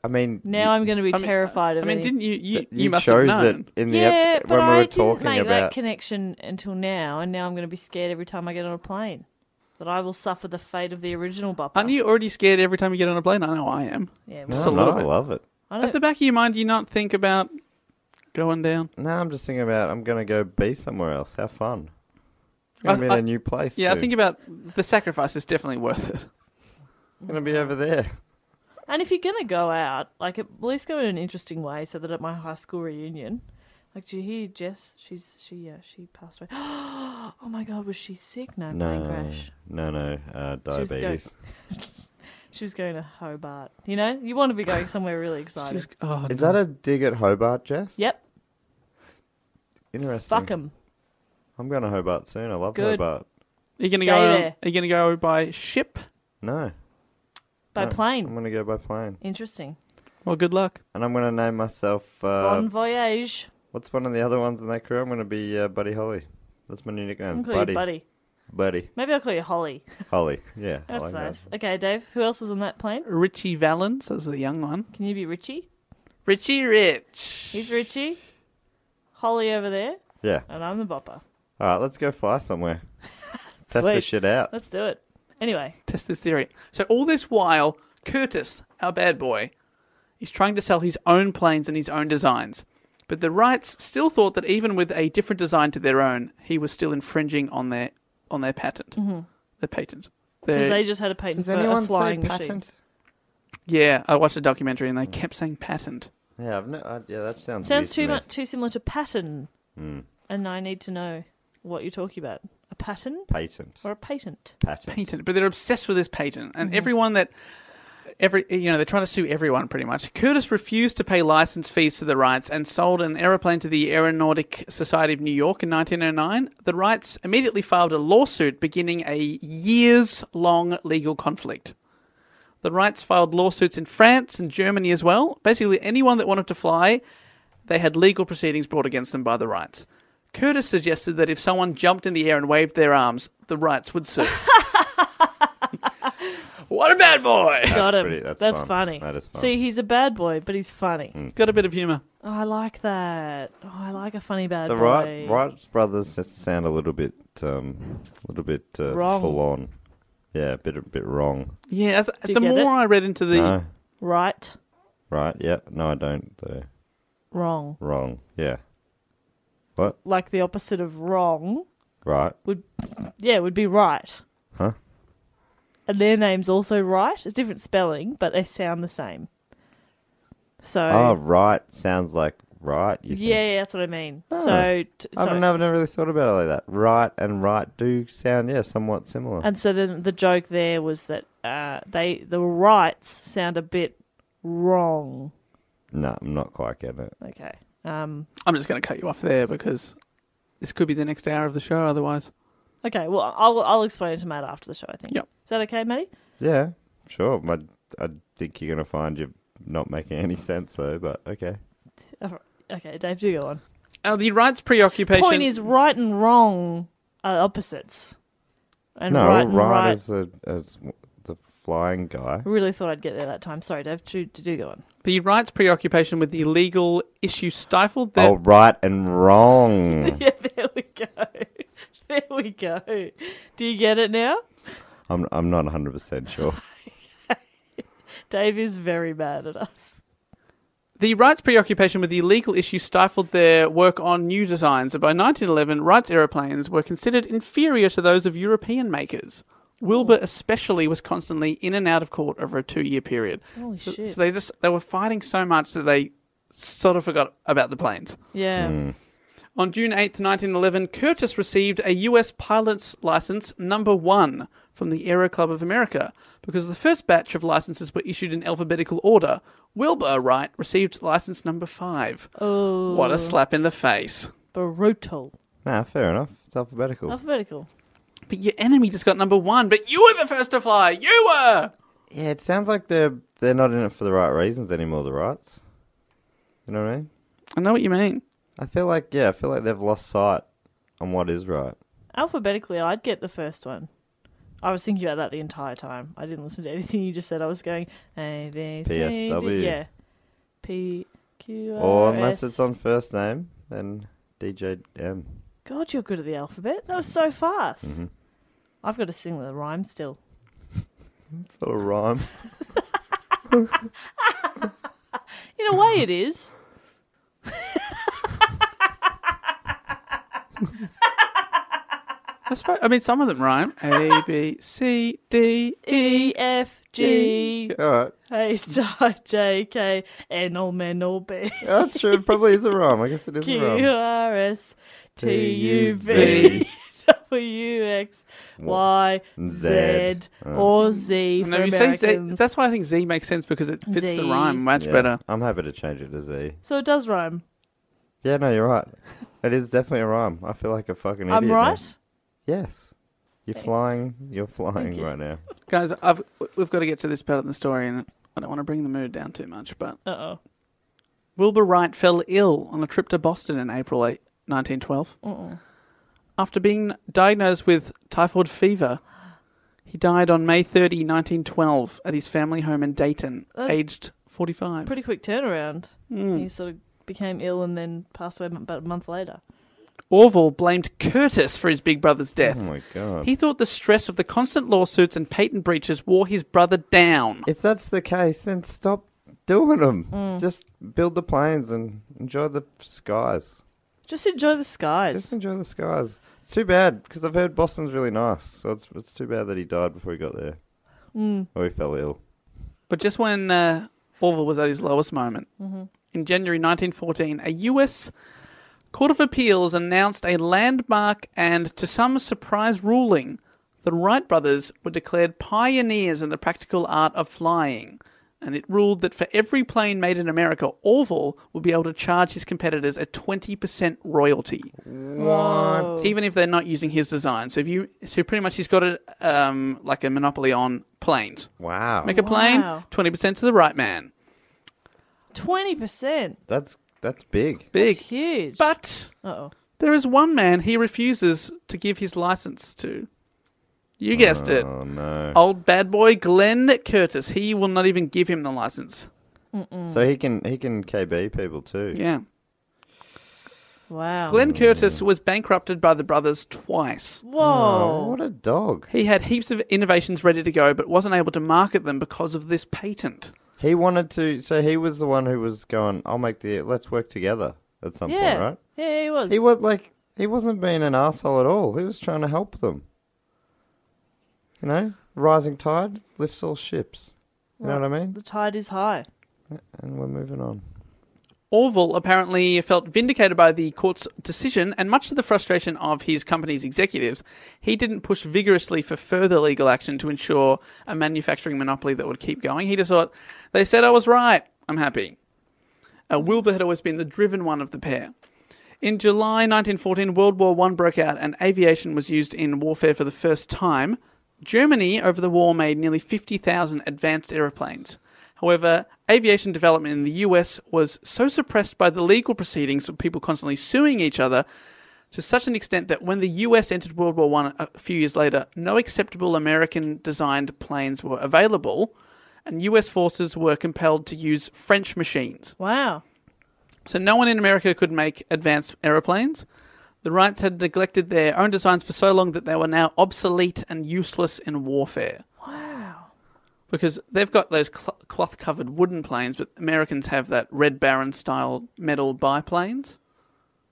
I mean, Now I'm going to be mean, terrified I of mean, any- didn't you? You, you, you, you must chose have known. it in the yeah, ep- but when we I were didn't talking make that about. connection until now, and now I'm going to be scared every time I get on a plane that I will suffer the fate of the original Bopper. Aren't you already scared every time you get on a plane? I know I am. Yeah, no, well, Just a little no, I bit. love it. I At don't. the back of your mind, do you not think about going down? No, I'm just thinking about I'm gonna go be somewhere else. How fun! I'm I- gonna be I- in a new place. Yeah, I soon. think about the sacrifice is definitely worth it. I'm gonna be over there. And if you're going to go out, like at least go in an interesting way, so that at my high school reunion, like, do you hear Jess? She's she uh, she passed away. <gasps> oh my God, was she sick? No, plane No, crash. no, no, uh, was going- diabetes. She was going to Hobart. You know, you want to be going somewhere really exciting. Just- oh, Is that a dig at Hobart, Jess? Yep, Interesting. fuck 'em. I'm going to Hobart soon. I love Good. Hobart. are you gonna Stay go? there. Are you gonna go by ship? No. by no, I'm plane. going to go by plane. Interesting. Well, good luck. And I'm going to name myself. Uh, bon voyage. What's one of the other ones in that crew? I'm going to be uh, Buddy Holly. That's my new nickname. I'm calling Buddy. you buddy. Buddy. Maybe I'll call you Holly. Holly. Yeah. Oh, I <laughs> That's like that. nice. Okay, Dave, who else was on that plane? Richie Valens, that was the young one. Can you be Richie? Richie Rich. He's Richie. Holly over there, Yeah. and I'm the bopper. All right, let's go fly <laughs> somewhere. Test this Sweet. shit out. Let's do it. Anyway, Test this theory. So all this while, Curtis, our bad boy, is trying to sell his own planes and his own designs. But the Wrights still thought that even with a different design to their own, he was still infringing on their on their patent. Mm-hmm. Their patent. because Their- they just had a patent Does for a anyone say flying machine. patent? yeah, I watched a documentary and they kept saying patent. Yeah, I've no, I, yeah, that sounds Sounds weird too to me. much too similar to pattern. Hmm. And I need to know what you're talking about. A pattern Patent. or a patent? Patent. patent, but they're obsessed with this patent, and everyone that every you know they're trying to sue everyone pretty much. Curtis refused to pay license fees to the Wrights and sold an aeroplane to the Aeronautic Society of New York in 1909. The Wrights immediately filed a lawsuit, beginning a years-long legal conflict. The Wrights filed lawsuits in France and Germany as well. Basically, anyone that wanted to fly, they had legal proceedings brought against them by the Wrights. Curtis suggested that if someone jumped in the air and waved their arms, the Wrights would sue. what a bad boy! Got him. pretty- that's fun. funny. That is fun. Hmm. See, he's a bad boy, but he's funny. Got a bit of humour. Oh, I like that. Oh, I like a funny bad The boy. Wright, Wright brothers just sound a little bit, um, a little bit uh, Wrong. full on. Yeah, a bit, a bit wrong. Yeah, as, you the get more it? I read into the No, Right, right? Yeah, no, I don't. Though. wrong. Wrong. Yeah. What? Like the opposite of wrong Right. would, yeah, would be right. Huh? And their name's also right. It's different spelling, but they sound the same. So Oh, right. Sounds like right. You think. Oh, yeah, yeah, that's what I mean. So, t- so I've never, never really thought about it like that. Right and right do sound yeah somewhat similar. and so then the joke there was that uh, they the rights sound a bit wrong. no, I'm not quite getting it. Okay. Um. I'm just going to cut you off there because this could be the next hour of the show. Otherwise, Okay. Well, I'll I'll explain it to Matt after the show. I think. Yep. Is that okay, Matty? Yeah, sure. My, I think you're gonna find you're not making any sense though. But okay. All right. Okay, Dave, do go on. uh, the Wrights' preoccupation. Point is, right and wrong are opposites. And no, right right, and right. is the as the flying guy. Really thought I'd get there that time. Sorry, Dave. Do, <laughs> do go on. the Wrights' preoccupation with the legal issue stifled their Oh, right and wrong. <laughs> Yeah, there we go. There we go. Do you get it now? I'm I'm not 100 <laughs> percent sure. Dave is very mad at us. The Wright's preoccupation with the legal issue stifled their work on new designs, and by 1911, Wright's aeroplanes were considered inferior to those of European makers. Oh. Wilbur, especially, was constantly in and out of court over a two-year period. Holy so, shit. so they Hmm. just they were fighting so much that they sort of forgot about the planes. Yeah. On June 8, 1911, Curtis received a US pilot's license number one from the Aero Club of America because the first batch of licenses were issued in alphabetical order. Wilbur Wright received license number five. Oh, What a slap in the face. brutal. Nah, fair enough. It's alphabetical. Alphabetical. But your enemy just got number one, but you were the first to fly! You were! Yeah, it sounds like they're they're not in it for the right reasons anymore. The rights, you know what I mean? I know what you mean. I feel like yeah, I feel like they've lost sight on what is right. Alphabetically, I'd get the first one. I was thinking about that the entire time. I didn't listen to anything you just said. I was going A B C D. PSW. Yeah. P Q Oh, R. Or unless S. it's on first name, then DJM. God, you're good at the alphabet. That was so fast. Mm-hmm. I've got to sing the rhyme still. It's not a rhyme. <laughs> In a way, it is. I suppose. I mean, some of them rhyme. A B C D <laughs> E. E F G All right, H I J K N O M E N O B Yeah, Oh, that's true. It probably is a rhyme. I guess it is <laughs> a Q rhyme. R S T U V T-U-V. <laughs> W X Y Z Z. or Z E for No, you say Z. Americans. That's why I think Z makes sense because it fits the Z. rhyme much Yeah, better. I'm happy to change it to Z. So it does rhyme. Yeah, no, you're right. It is definitely a rhyme. I feel like a fucking idiot. I'm now. right. Yes. You're flying. You're flying right now. Guys, I've we've got to get to this part of the story, and I don't want to bring the mood down too much. But Uh oh. Wilbur Wright fell ill on a trip to Boston in April 8, 1912. After being diagnosed with typhoid fever, he died on May 30, 1912, at his family home in Dayton, That's aged 45. Pretty quick turnaround. Hmm. He sort of became ill and then passed away m- about a month later. Orville blamed Curtis for his big brother's death. Oh my god. He thought the stress of the constant lawsuits and patent breaches wore his brother down. If that's the case, then stop doing them. Just build the planes and enjoy the skies. Just enjoy the Just skies. enjoy the skies. It's too bad because I've heard Boston's really nice. So it's it's too bad that he died before he got there. Mm. Or he fell ill. But just when uh, Orville was at his lowest moment, in January 1914, a US Court of Appeals announced a landmark and, to some surprise, ruling. The Wright brothers were declared pioneers in the practical art of flying, and it ruled that for every plane made in America, Orville would be able to charge his competitors a 20% royalty. Whoa. even if they're not using his design. So if you, so pretty much he's got a um, like a monopoly on planes. Wow. Make a plane, Wow. twenty percent to the right man. Twenty percent. That's that's big. Big, That's huge. but oh. there is one man he refuses to give his license to. You guessed it, Uh. Oh no. old bad boy Glenn Curtis. He will not even give him the license. So he can he can KB people too. Yeah, Wow. Glenn Curtis was bankrupted by the brothers twice. Oh, Whoa. what a dog. He had heaps of innovations ready to go, but wasn't able to market them because of this patent. He wanted to. So he was the one who was going. I'll make the. Let's work together at some yeah. point, right? Yeah, he was. He was like he wasn't being an asshole at all. He was trying to help them. You know, rising tide lifts all ships. You know what I mean? the tide is high. And we're moving on. Orville apparently felt vindicated by the court's decision, and much to the frustration of his company's executives, he didn't push vigorously for further legal action to ensure a manufacturing monopoly that would keep going. He just thought, they said I was right, I'm happy. Uh, Wilbur had always been the driven one of the pair. In July 1914, World War I broke out and aviation was used in warfare for the first time. Germany, over the war, made nearly 50,000 advanced aeroplanes. However, aviation development in the US was so suppressed by the legal proceedings of people constantly suing each other to such an extent that when the US entered World War I a few years later, no acceptable American designed planes were available, and US forces were compelled to use French machines. Wow. So no one in America could make advanced aeroplanes. The Wrights had neglected their own designs for so long that they were now obsolete and useless in warfare. Wow. Because they've got those cl- cloth covered wooden planes, but Americans have that Red Baron style metal biplanes.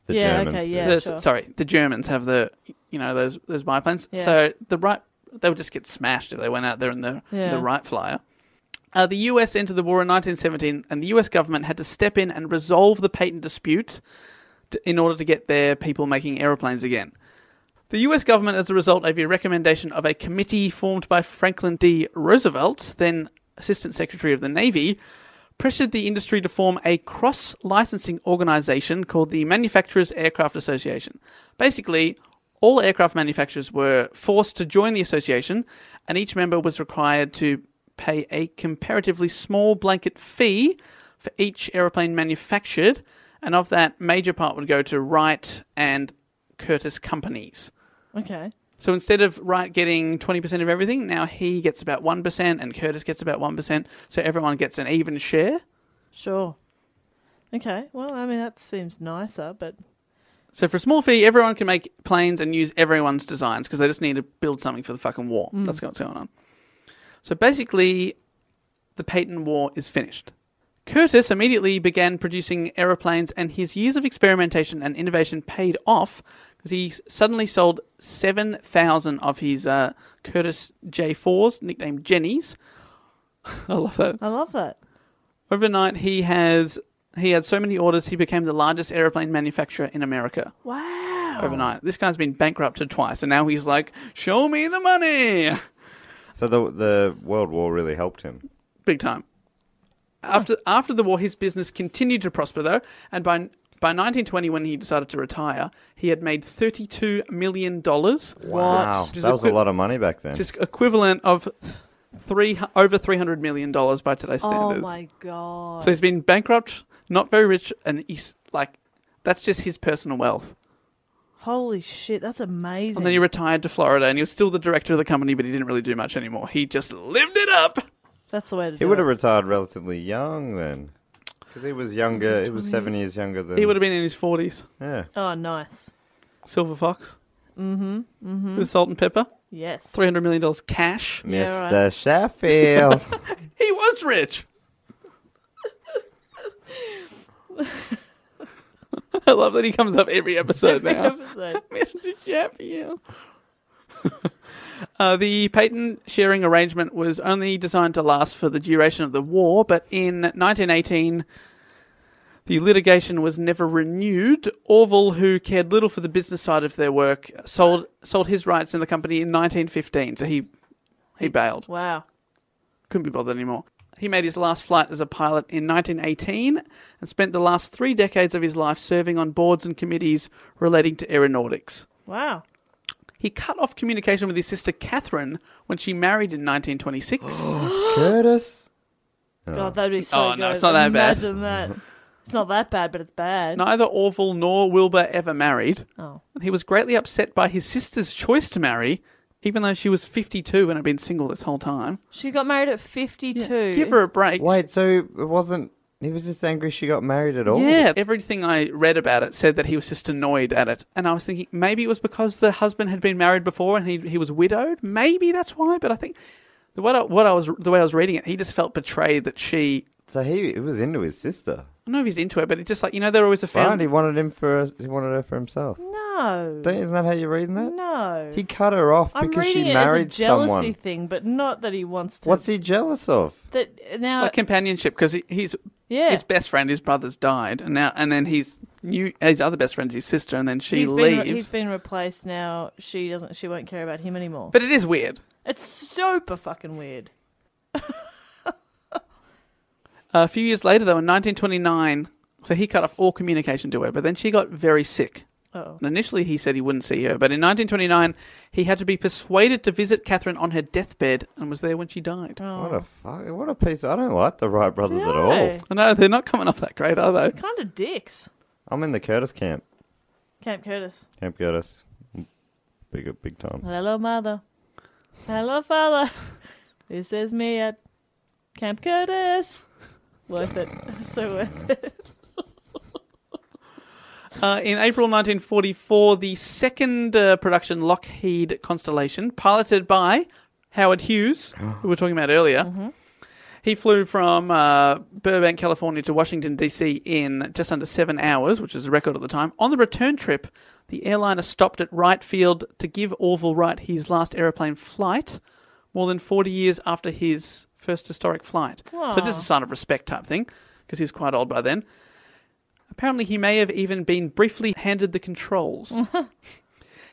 The Yeah, Germans. okay, do. yeah. The- sure. Sorry, the Germans have the, you know, those, those biplanes. Yeah. So the Wright, they would just get smashed if they went out there in the, Yeah. the Wright flyer. Uh, the US entered the war in 1917, and the US government had to step in and resolve the patent dispute t- in order to get their people making aeroplanes again. The US government, as a result of a recommendation of a committee formed by Franklin D. Roosevelt, then Assistant Secretary of the Navy, pressured the industry to form a cross licensing organization called the Manufacturers Aircraft Association. Basically, all aircraft manufacturers were forced to join the association, and each member was required to pay a comparatively small blanket fee for each aeroplane manufactured, and of that, major part would go to Wright and Curtis companies. Okay. So instead of Wright getting 20% of everything, now he gets about 1% and Curtis gets about 1%. So everyone gets an even share. Sure. Okay. Well, I mean, that seems nicer, but So for a small fee, everyone can make planes and use everyone's designs because they just need to build something for the fucking war. That's what's going on. So basically, the patent war is finished. Curtis immediately began producing aeroplanes, and his years of experimentation and innovation paid off because he s- suddenly sold 7,000 of his uh, Curtis J4s, nicknamed Jennies. <laughs> I love that. I love that. Overnight, he has he had so many orders, he became the largest aeroplane manufacturer in America Wow. overnight. This guy's been bankrupted twice, and now he's like, "Show me the money!" So the the World War really helped him. Big time. After after the war, his business continued to prosper though, and by by 1920, when he decided to retire, he had made 32 million dollars, Wow, Just that was a equi- lot of money back then. just equivalent of three over 300 million dollars by today's standards. Oh my god. So he's been bankrupt, not very rich, and he's like, that's just his personal wealth. Holy shit, that's amazing. And then he retired to Florida, and he was still the director of the company, but he didn't really do much anymore. He just lived it up. that's the way to he do would have it. retired relatively young then, because he was younger. He was seven years younger than. He would have been in his forties. Yeah. Oh, nice. Silver Fox. Mm-hmm. With salt and pepper. Yes. Three hundred million dollars cash. Yeah, Mr. Sheffield. <laughs> He was <laughs> rich. I love that he comes up every episode Every now. episode. <laughs> Mr. Sheffield. <laughs> uh, the patent sharing arrangement was only designed to last for the duration of the war, but in 1918, the litigation was never renewed. Orville, who cared little for the business side of their work, sold sold his rights in the company in 1915, so he he bailed. Wow. Couldn't be bothered anymore. He made his last flight as a pilot in 1918 and spent the last three decades of his life serving on boards and committees relating to aeronautics. Wow. He cut off communication with his sister Catherine when she married in 1926. Curtis. God, that'd be so Oh, good. no, it's not that bad. Imagine <laughs> that. It's not that bad, but it's bad. Neither Orville nor Wilbur ever married. Oh. And he was greatly upset by his sister's choice to marry, even though she was 52 and had been single this whole time. She got married at 52. Give her a break. Wait, so it wasn't. He was just angry she got married at all. Yeah, everything I read about it said that he was just annoyed at it. And I was thinking maybe it was because the husband had been married before and he, he was widowed. Maybe that's why, but I think the way I, what I was the way I was reading it, he just felt betrayed that she So he, he was into his sister. I don't know if he's into it, but it's just like, you know, they're always a Right? He family. wanted him for he wanted her for himself. No. Don't, isn't that how you're reading that? No. He cut her off I'm because she reading married it as a jealousy someone. thing, but not that he wants to. What's he jealous of? That, now, Like companionship, because he, he's Uh, yeah. his best friend, his brother's died, and now and then he's new. His other best friend's his sister, and then she He's leaves. Been, he's been replaced now. She doesn't. She won't care about him anymore. but it is weird. it's super fucking weird. a few years later, though, in 1929, so he cut off all communication to her. But then she got very sick. Oh. And initially, he said he wouldn't see her, but in 1929, he had to be persuaded to visit Catherine on her deathbed, and was there when she died. Oh. What a fuck! What a piece! I don't like the Wright brothers at all. No. I know they're not coming off that great, are they? Kind of dicks. I'm in the Curtis camp. Camp Curtis. Camp Curtis, big big time. Hello, mother. Hello, father. <laughs> This is me at Camp Curtis. Worth it. <laughs> So worth it. Uh, in April 1944, the second uh, production Lockheed Constellation, piloted by Howard Hughes, who we were talking about earlier, he flew from uh, Burbank, California to Washington, D.C. in just under seven hours, which is a record at the time. On the return trip, the airliner stopped at Wright Field to give Orville Wright his last aeroplane flight more than 40 years after his first historic flight. So, just a sign of respect type thing, because he was quite old by then. Apparently, he may have even been briefly handed the controls.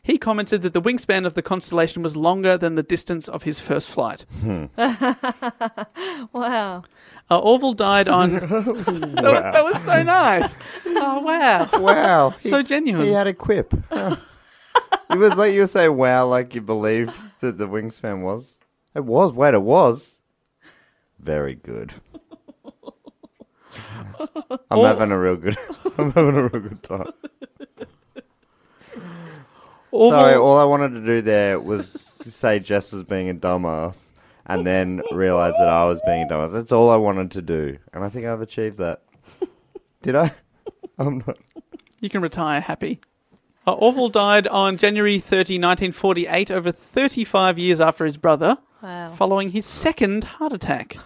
he commented that the wingspan of the Constellation was longer than the distance of his first flight. Uh, Wow. Orville died on. that, was, that was so nice. Oh, <laughs> wow. Wow. <laughs> So genuine. He had a quip. Huh. it was like you were saying, wow, like you believed that the wingspan was. It was. Wait, it was. Very good. I'm having a real good. <laughs> I'm having a real good time. Sorry, all I wanted to do there was say Jess was being a dumbass, and then realize that I was being a dumbass. That's all I wanted to do, and I think I've <laughs> achieved that. Did I? I'm not. You can retire happy. Uh, Orville died on January 30, 1948, over 35 years after his brother, Wow. following his second heart attack.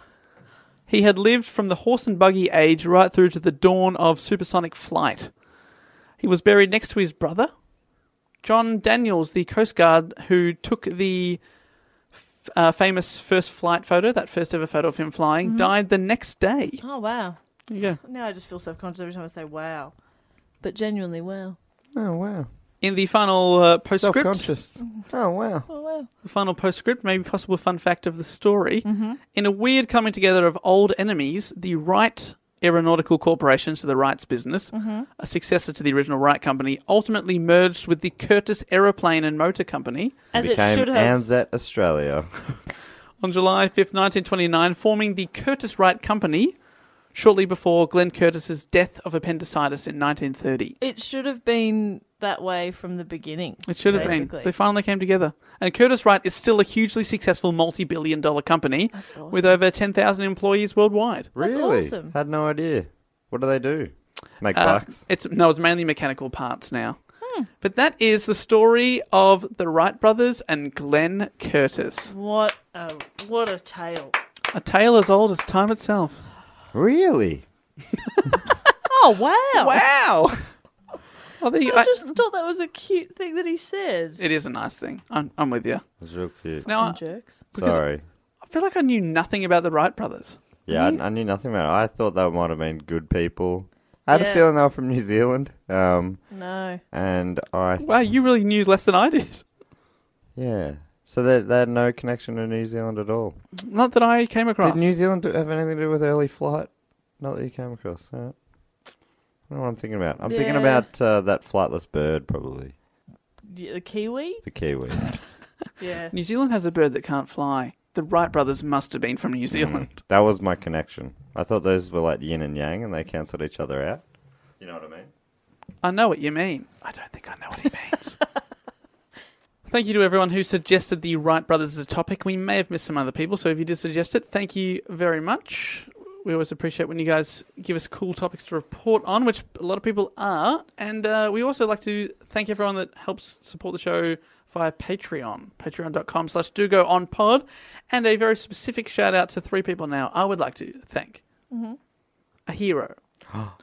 He had lived from the horse and buggy age right through to the dawn of supersonic flight. He was buried next to his brother, John Daniels, the Coast Guard who took the f- uh, famous first flight photo, that first ever photo of him flying, died the next day. Oh, wow. Yeah. Now I just feel self conscious every time I say wow. But genuinely, wow. Oh wow. In the final uh, postscript, Self-conscious. Oh wow. Oh, wow. The final postscript, maybe possible fun fact of the story. In a weird coming together of old enemies, the Wright Aeronautical Corporation, so the Wrights business, a successor to the original Wright Company, ultimately merged with the Curtis Aeroplane and Motor Company As it Became should have. Anzac Australia. on July 5th, 1929, forming the Curtis Wright Company shortly before Glenn Curtis's death of appendicitis in 1930. It should have been that way from the beginning. It should have been. basically. They finally came together. And Curtis Wright is still a hugely successful multi billion dollar company with over 10,000 employees worldwide. Really? awesome. Had no idea. What do they do? Make Uh, bucks. It's no, it's mainly mechanical parts now. Hmm. But that is the story of the Wright brothers and Glenn Curtis. What a what a tale! A tale as old as time itself. Really? Oh wow! <laughs> Wow. <laughs> well, there you, I I- just thought that was a cute thing that he said. it is a nice thing. I'm, I'm with you. It was real cute. Now, I, Jerks. Sorry. I feel like I knew nothing about the Wright brothers. Yeah, I, I knew nothing about it. I thought they might have been good people. I had a Yeah. feeling they were from New Zealand. Um, No. and I, Wow, you really knew less than I did. <laughs> yeah. So they, they had no connection to New Zealand at all. Not that I came across. Did New Zealand do- have anything to do with early flight? Not that you came across. All right. I don't know what I'm thinking about. I'm thinking Yeah. about uh, that flightless bird, probably. Y- The Kiwi. The Kiwi. Yeah. New Zealand has a bird that can't fly. The Wright brothers must have been from Mm. New Zealand. that was my connection. I thought those were like yin and yang and they cancelled each other out. You know what I mean? I know what you mean. I don't think I know what he means. thank you to everyone who suggested the Wright brothers as a topic. We may have missed some other people, so if you did suggest it, thank you very much. We always appreciate when you guys give us cool topics to report on, which a lot of people are. And uh, we also like to thank everyone that helps support the show via Patreon, patreon.com slash do go on pod. And a very specific shout out to three people now I would like to thank. A hero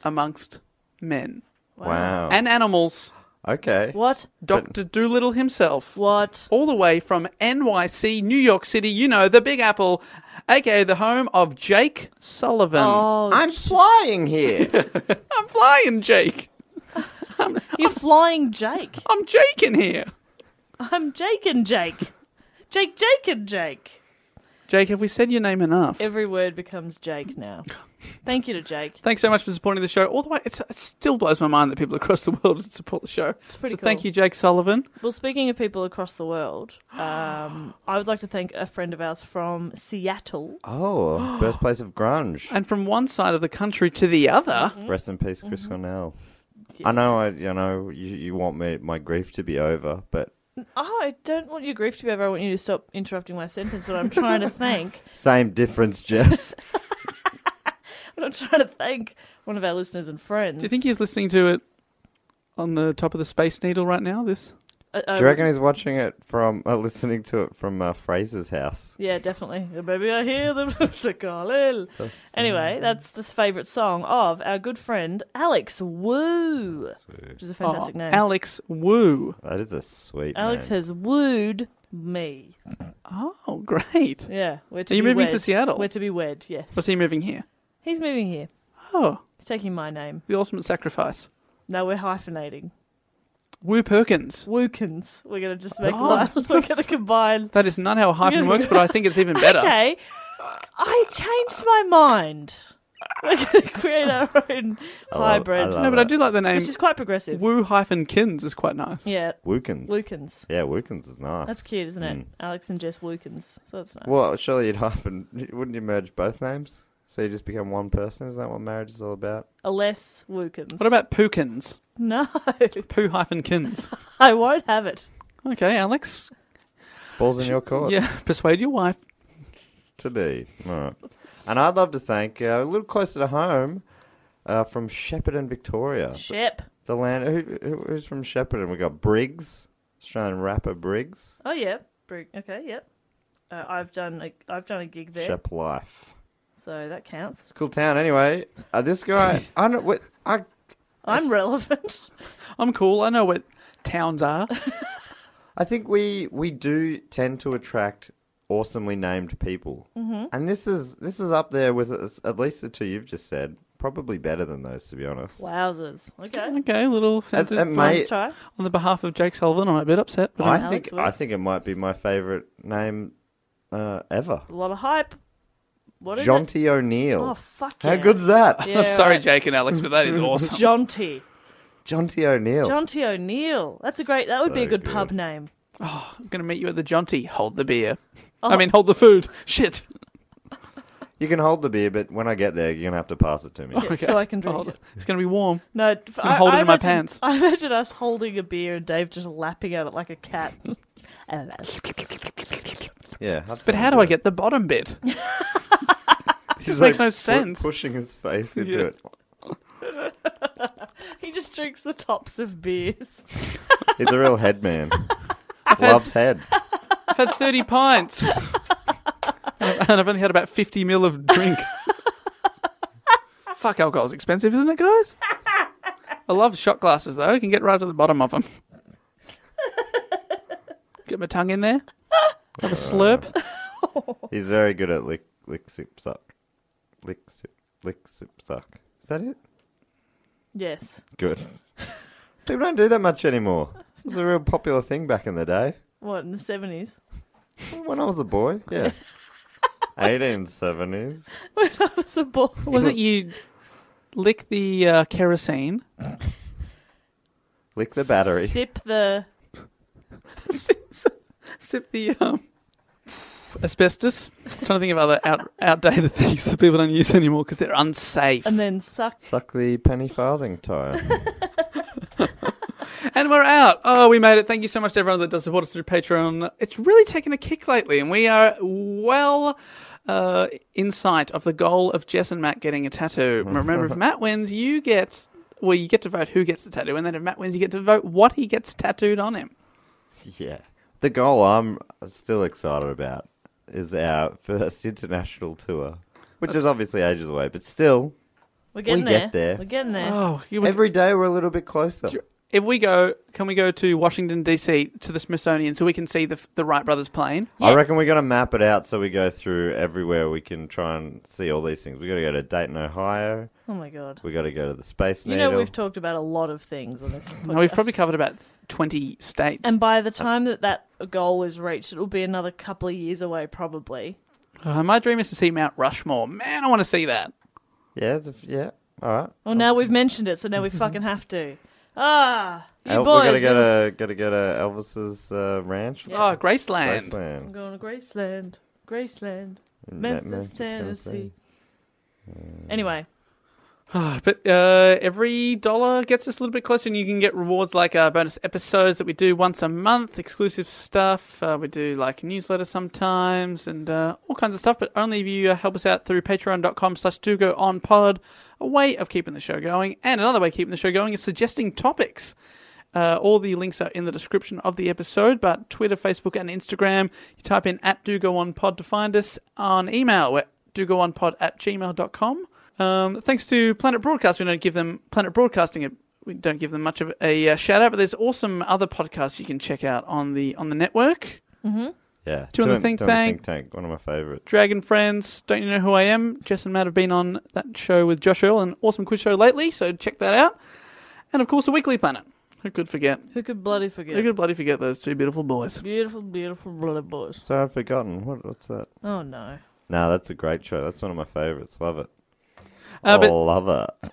amongst men Wow. and animals, okay. What? Dr. Doolittle himself, What? all the way from NYC, New York City, you know, the Big Apple, aka the home of Jake Sullivan. Oh, I'm flying here. I'm flying, Jake. you're flying, Jake. I'm Jake in here. I'm Jake and Jake. Jake, Jake and Jake. Jake, have we said your name enough? Every word becomes Jake now. Thank you to Jake. Thanks so much for supporting the show. All the way, it's, it still blows my mind that people across the world <laughs> support the show. pretty so thank cool. you, Jake Sullivan. Well, speaking of people across <gasps> the world, um, I would like to thank a friend of ours from Seattle. oh, birthplace of grunge. And from one side of the country to the other, Mm-hmm. Rest in peace, Chris Cornell. I know, I, you know, you, you want me, my grief to be over, but Oh, I don't want your grief to be over. I want you to stop interrupting my sentence. But I'm trying to thank. <laughs> same difference, Jess. But I'm trying to thank one of our listeners and friends. do you think he's listening to it on the top of the Space Needle right now? This? Uh, Do uh, you reckon he's watching it from, uh, listening to it from uh, Fraser's house? Yeah, definitely. Maybe I hear <laughs> the rooster calling. Mm-hmm. Anyway, that's the favourite song of our good friend Alex Woo, which is a fantastic Oh, name. Alex Wu. That is a sweet Alex name. has wooed me. Oh, great. Yeah, we're to Are you be moving wed. to Seattle? We're to be wed. Yes, Was he moving here? he's moving here. Oh, He's taking my name. The ultimate sacrifice. No, we're hyphenating. Woo Perkins. Wookins. We're gonna just make Oh. one. <laughs> We're gonna combine. That is not how a hyphen works, but I think it's <laughs> even better. Okay, I changed my mind. <laughs> We're gonna create our own hybrid, love No, but I do like the name. which is quite progressive. Woo hyphen Kins is quite nice. yeah, Wookins. Wookins. Yeah, Wookins is nice. That's cute, isn't Mm. it? Alex and Jess Wookins. So that's nice. Well, surely you'd <laughs> hyphen. Wouldn't you merge both names? So you just become one person? Is that what marriage is all about? Aless Wookins. What about Pookins? <laughs> No, Poo hyphen <laughs> Kins. I won't have it. Okay, Alex. Balls in your court. Yeah, <laughs> persuade your wife. To be. All right. And I'd love to thank, uh, a little closer to home, uh, from Shepparton, Uh, Victoria. Shep. The land. Who, who, who's from Shepparton? We got Briggs, Australian rapper Briggs. Oh yeah. Brig- Okay. Yep. Uh, I've done a I've done a gig there, Shep Life. so that counts. It's a cool town. Anyway, uh, this guy. I don't. What, I. I'm relevant. <laughs> I'm cool. I know what towns are. I think we we do tend to attract awesomely named people, mm-hmm. and this is this is up there with us- at least the two you've just said. Probably better than those, to be honest. Wowzers. Okay. Okay, little As- offensive it may- Let's try. on the behalf of Jake Sullivan. I'm a bit upset, but I I'm- think Alex, what? I think it might be my favorite name uh, ever. A lot of hype. What is it? Jaunty O'Neill. Oh fuck How yeah. good's that? <laughs> Yeah, I'm <laughs> sorry, right. Jake and Alex, but that is awesome. Jaunty. Jaunty O'Neill. Jaunty O'Neill. That's a great. That would be a Oh. So good, good. pub name. I'm gonna meet you at the Jaunty. Hold the beer. Oh. I mean, hold the food. <laughs> Shit. you can hold the beer, but when I get there, you're gonna have to pass it <laughs> to me. Okay. So I can drink Hold it. It's gonna be warm. No, I, I, hold it in my imagine- pants. <laughs> I imagine us holding a beer and Dave just lapping at it like a cat. <laughs> And yeah. But how do I get the bottom bit? This makes no sense. Pushing his face into Yeah. it. he just drinks the tops of beers. He's a real <laughs> head man. Loves head. I've had 30 pints. and I've and I've only had about 50 mil of drink. Fuck, alcohol's expensive, isn't it, guys? I love shot glasses, though. I can get right to the bottom of them. Get my tongue in there. Have a slurp. He's very good at lick, lick, sip, suck. Lick, sip, lick, sip, suck. Is that it? Yes. Good. People don't do that much anymore. This was a real popular thing back in the day. What in the seventies? <laughs> When I was a boy, yeah. 1870s. That's a ball. Wasn't you lick the uh, kerosene? Lick the battery. Sip the. Sip the um, asbestos. trying to think of other out- outdated <laughs> things that people don't use anymore because they're unsafe. And then suck. Suck the penny farthing tire. And we're out. Oh, we made it. Thank you so much to everyone that does support us through Patreon. It's really taken a kick lately, and we are well uh, in sight of the goal of Jess and Matt getting a tattoo. <laughs> Remember, if Matt wins, you get. Well, you get to vote who gets the tattoo, and then if Matt wins, you get to vote what he gets tattooed on him. yeah. The goal I'm still excited about is our first international tour, which is obviously ages away, but still, We're getting We get there. We're getting there. <gasps> Oh, you every day we're a little bit closer. if we go, can we go to Washington D.C. to the Smithsonian so we can see the the Wright brothers plane? I reckon we're going to map it out so we go through everywhere we can try and see all these things. we got to go to Dayton, Ohio. oh my god. we got to go to the Space You Needle. know we've talked about a lot of things on this. No, we've podcast. probably covered about twenty states. And by Uh, the time that that goal is reached, it'll be another couple of years away, probably. Uh, my dream is to see Mount Rushmore. Man, I want to see that. yeah, it's a f yeah. All right. Well, now we've mentioned it, so <laughs> now we fucking have to. Ah, you El- boys. we got to go to got to go to Elvis's uh, ranch. Oh, Graceland. I'm Graceland. going to Graceland, Graceland, Me- Memphis, Mm, Memphis, Tennessee. Tennessee. Mm. Anyway, Ah, <sighs> But uh, every dollar gets us a little bit closer, and you can get rewards like uh, bonus episodes that we do once a month, exclusive stuff. Uh, we do like newsletter sometimes, and uh, all kinds of stuff. But only if you uh, help us out through Patreon.com/slash Do Go On Pod. A way of keeping the show going, and another way of keeping the show going is suggesting topics. Uh, all the links are in the description of the episode, but Twitter, Facebook, and Instagram. You type in at do go on pod to find us on email. We're do go on pod at gmail.com. Um, thanks to Planet Broadcast, we don't give them Planet Broadcasting. A, we don't give them much of a uh, shout out, but there's awesome other podcasts you can check out on the on the network. Yeah. Do you want the think Doing- doing tank? Think Tank, one of my favorites. Dragon Friends, Don't You Know Who I Am? Jess and Matt have been on that show with Josh Earl, an awesome quiz show lately, so check that out. And of course, The Weekly Planet. Who could forget? Who could bloody forget? Who could bloody forget those two beautiful boys? Beautiful, beautiful bloody boys. So I've forgotten. What, what's that? Oh no. No, that's a great show. That's one of my favorites. Love it. Uh, but- oh, love it.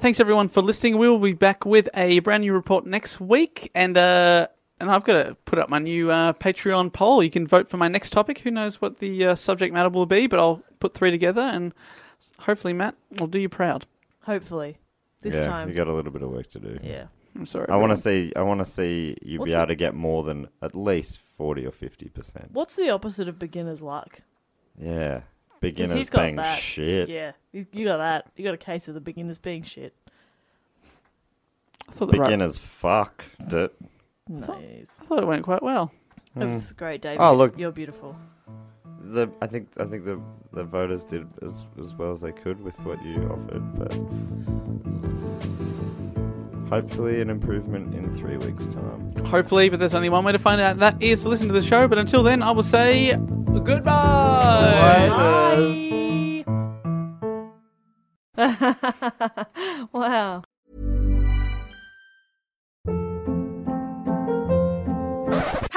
Thanks everyone for listening. We will be back with a brand new report next week, and uh, and I've got to put up my new uh, Patreon poll. You can vote for my next topic. Who knows what the uh, subject matter will be? But I'll put three together, and hopefully, Matt, I'll do you proud. Hopefully, this yeah, time. you got a little bit of work to do. yeah. I'm sorry. I want to everyone. see. I want to see you What's be it- able to get more than at least forty or fifty percent. What's the opposite of beginner's luck? Yeah, 'Cause beginners he's got being that. shit. Yeah, you you got that. You got a case of the beginners being shit. I thought, that right, Beginners fuck. it. Nice. I thought it went quite well. That was great, David. Oh, look. you're beautiful. The I think I think the the voters did as as well as they could with what you offered, but hopefully an improvement in three weeks' time. Hopefully, but there's only one way to find out. That is to listen to the show. But until then, I will say goodbye. <laughs> wow.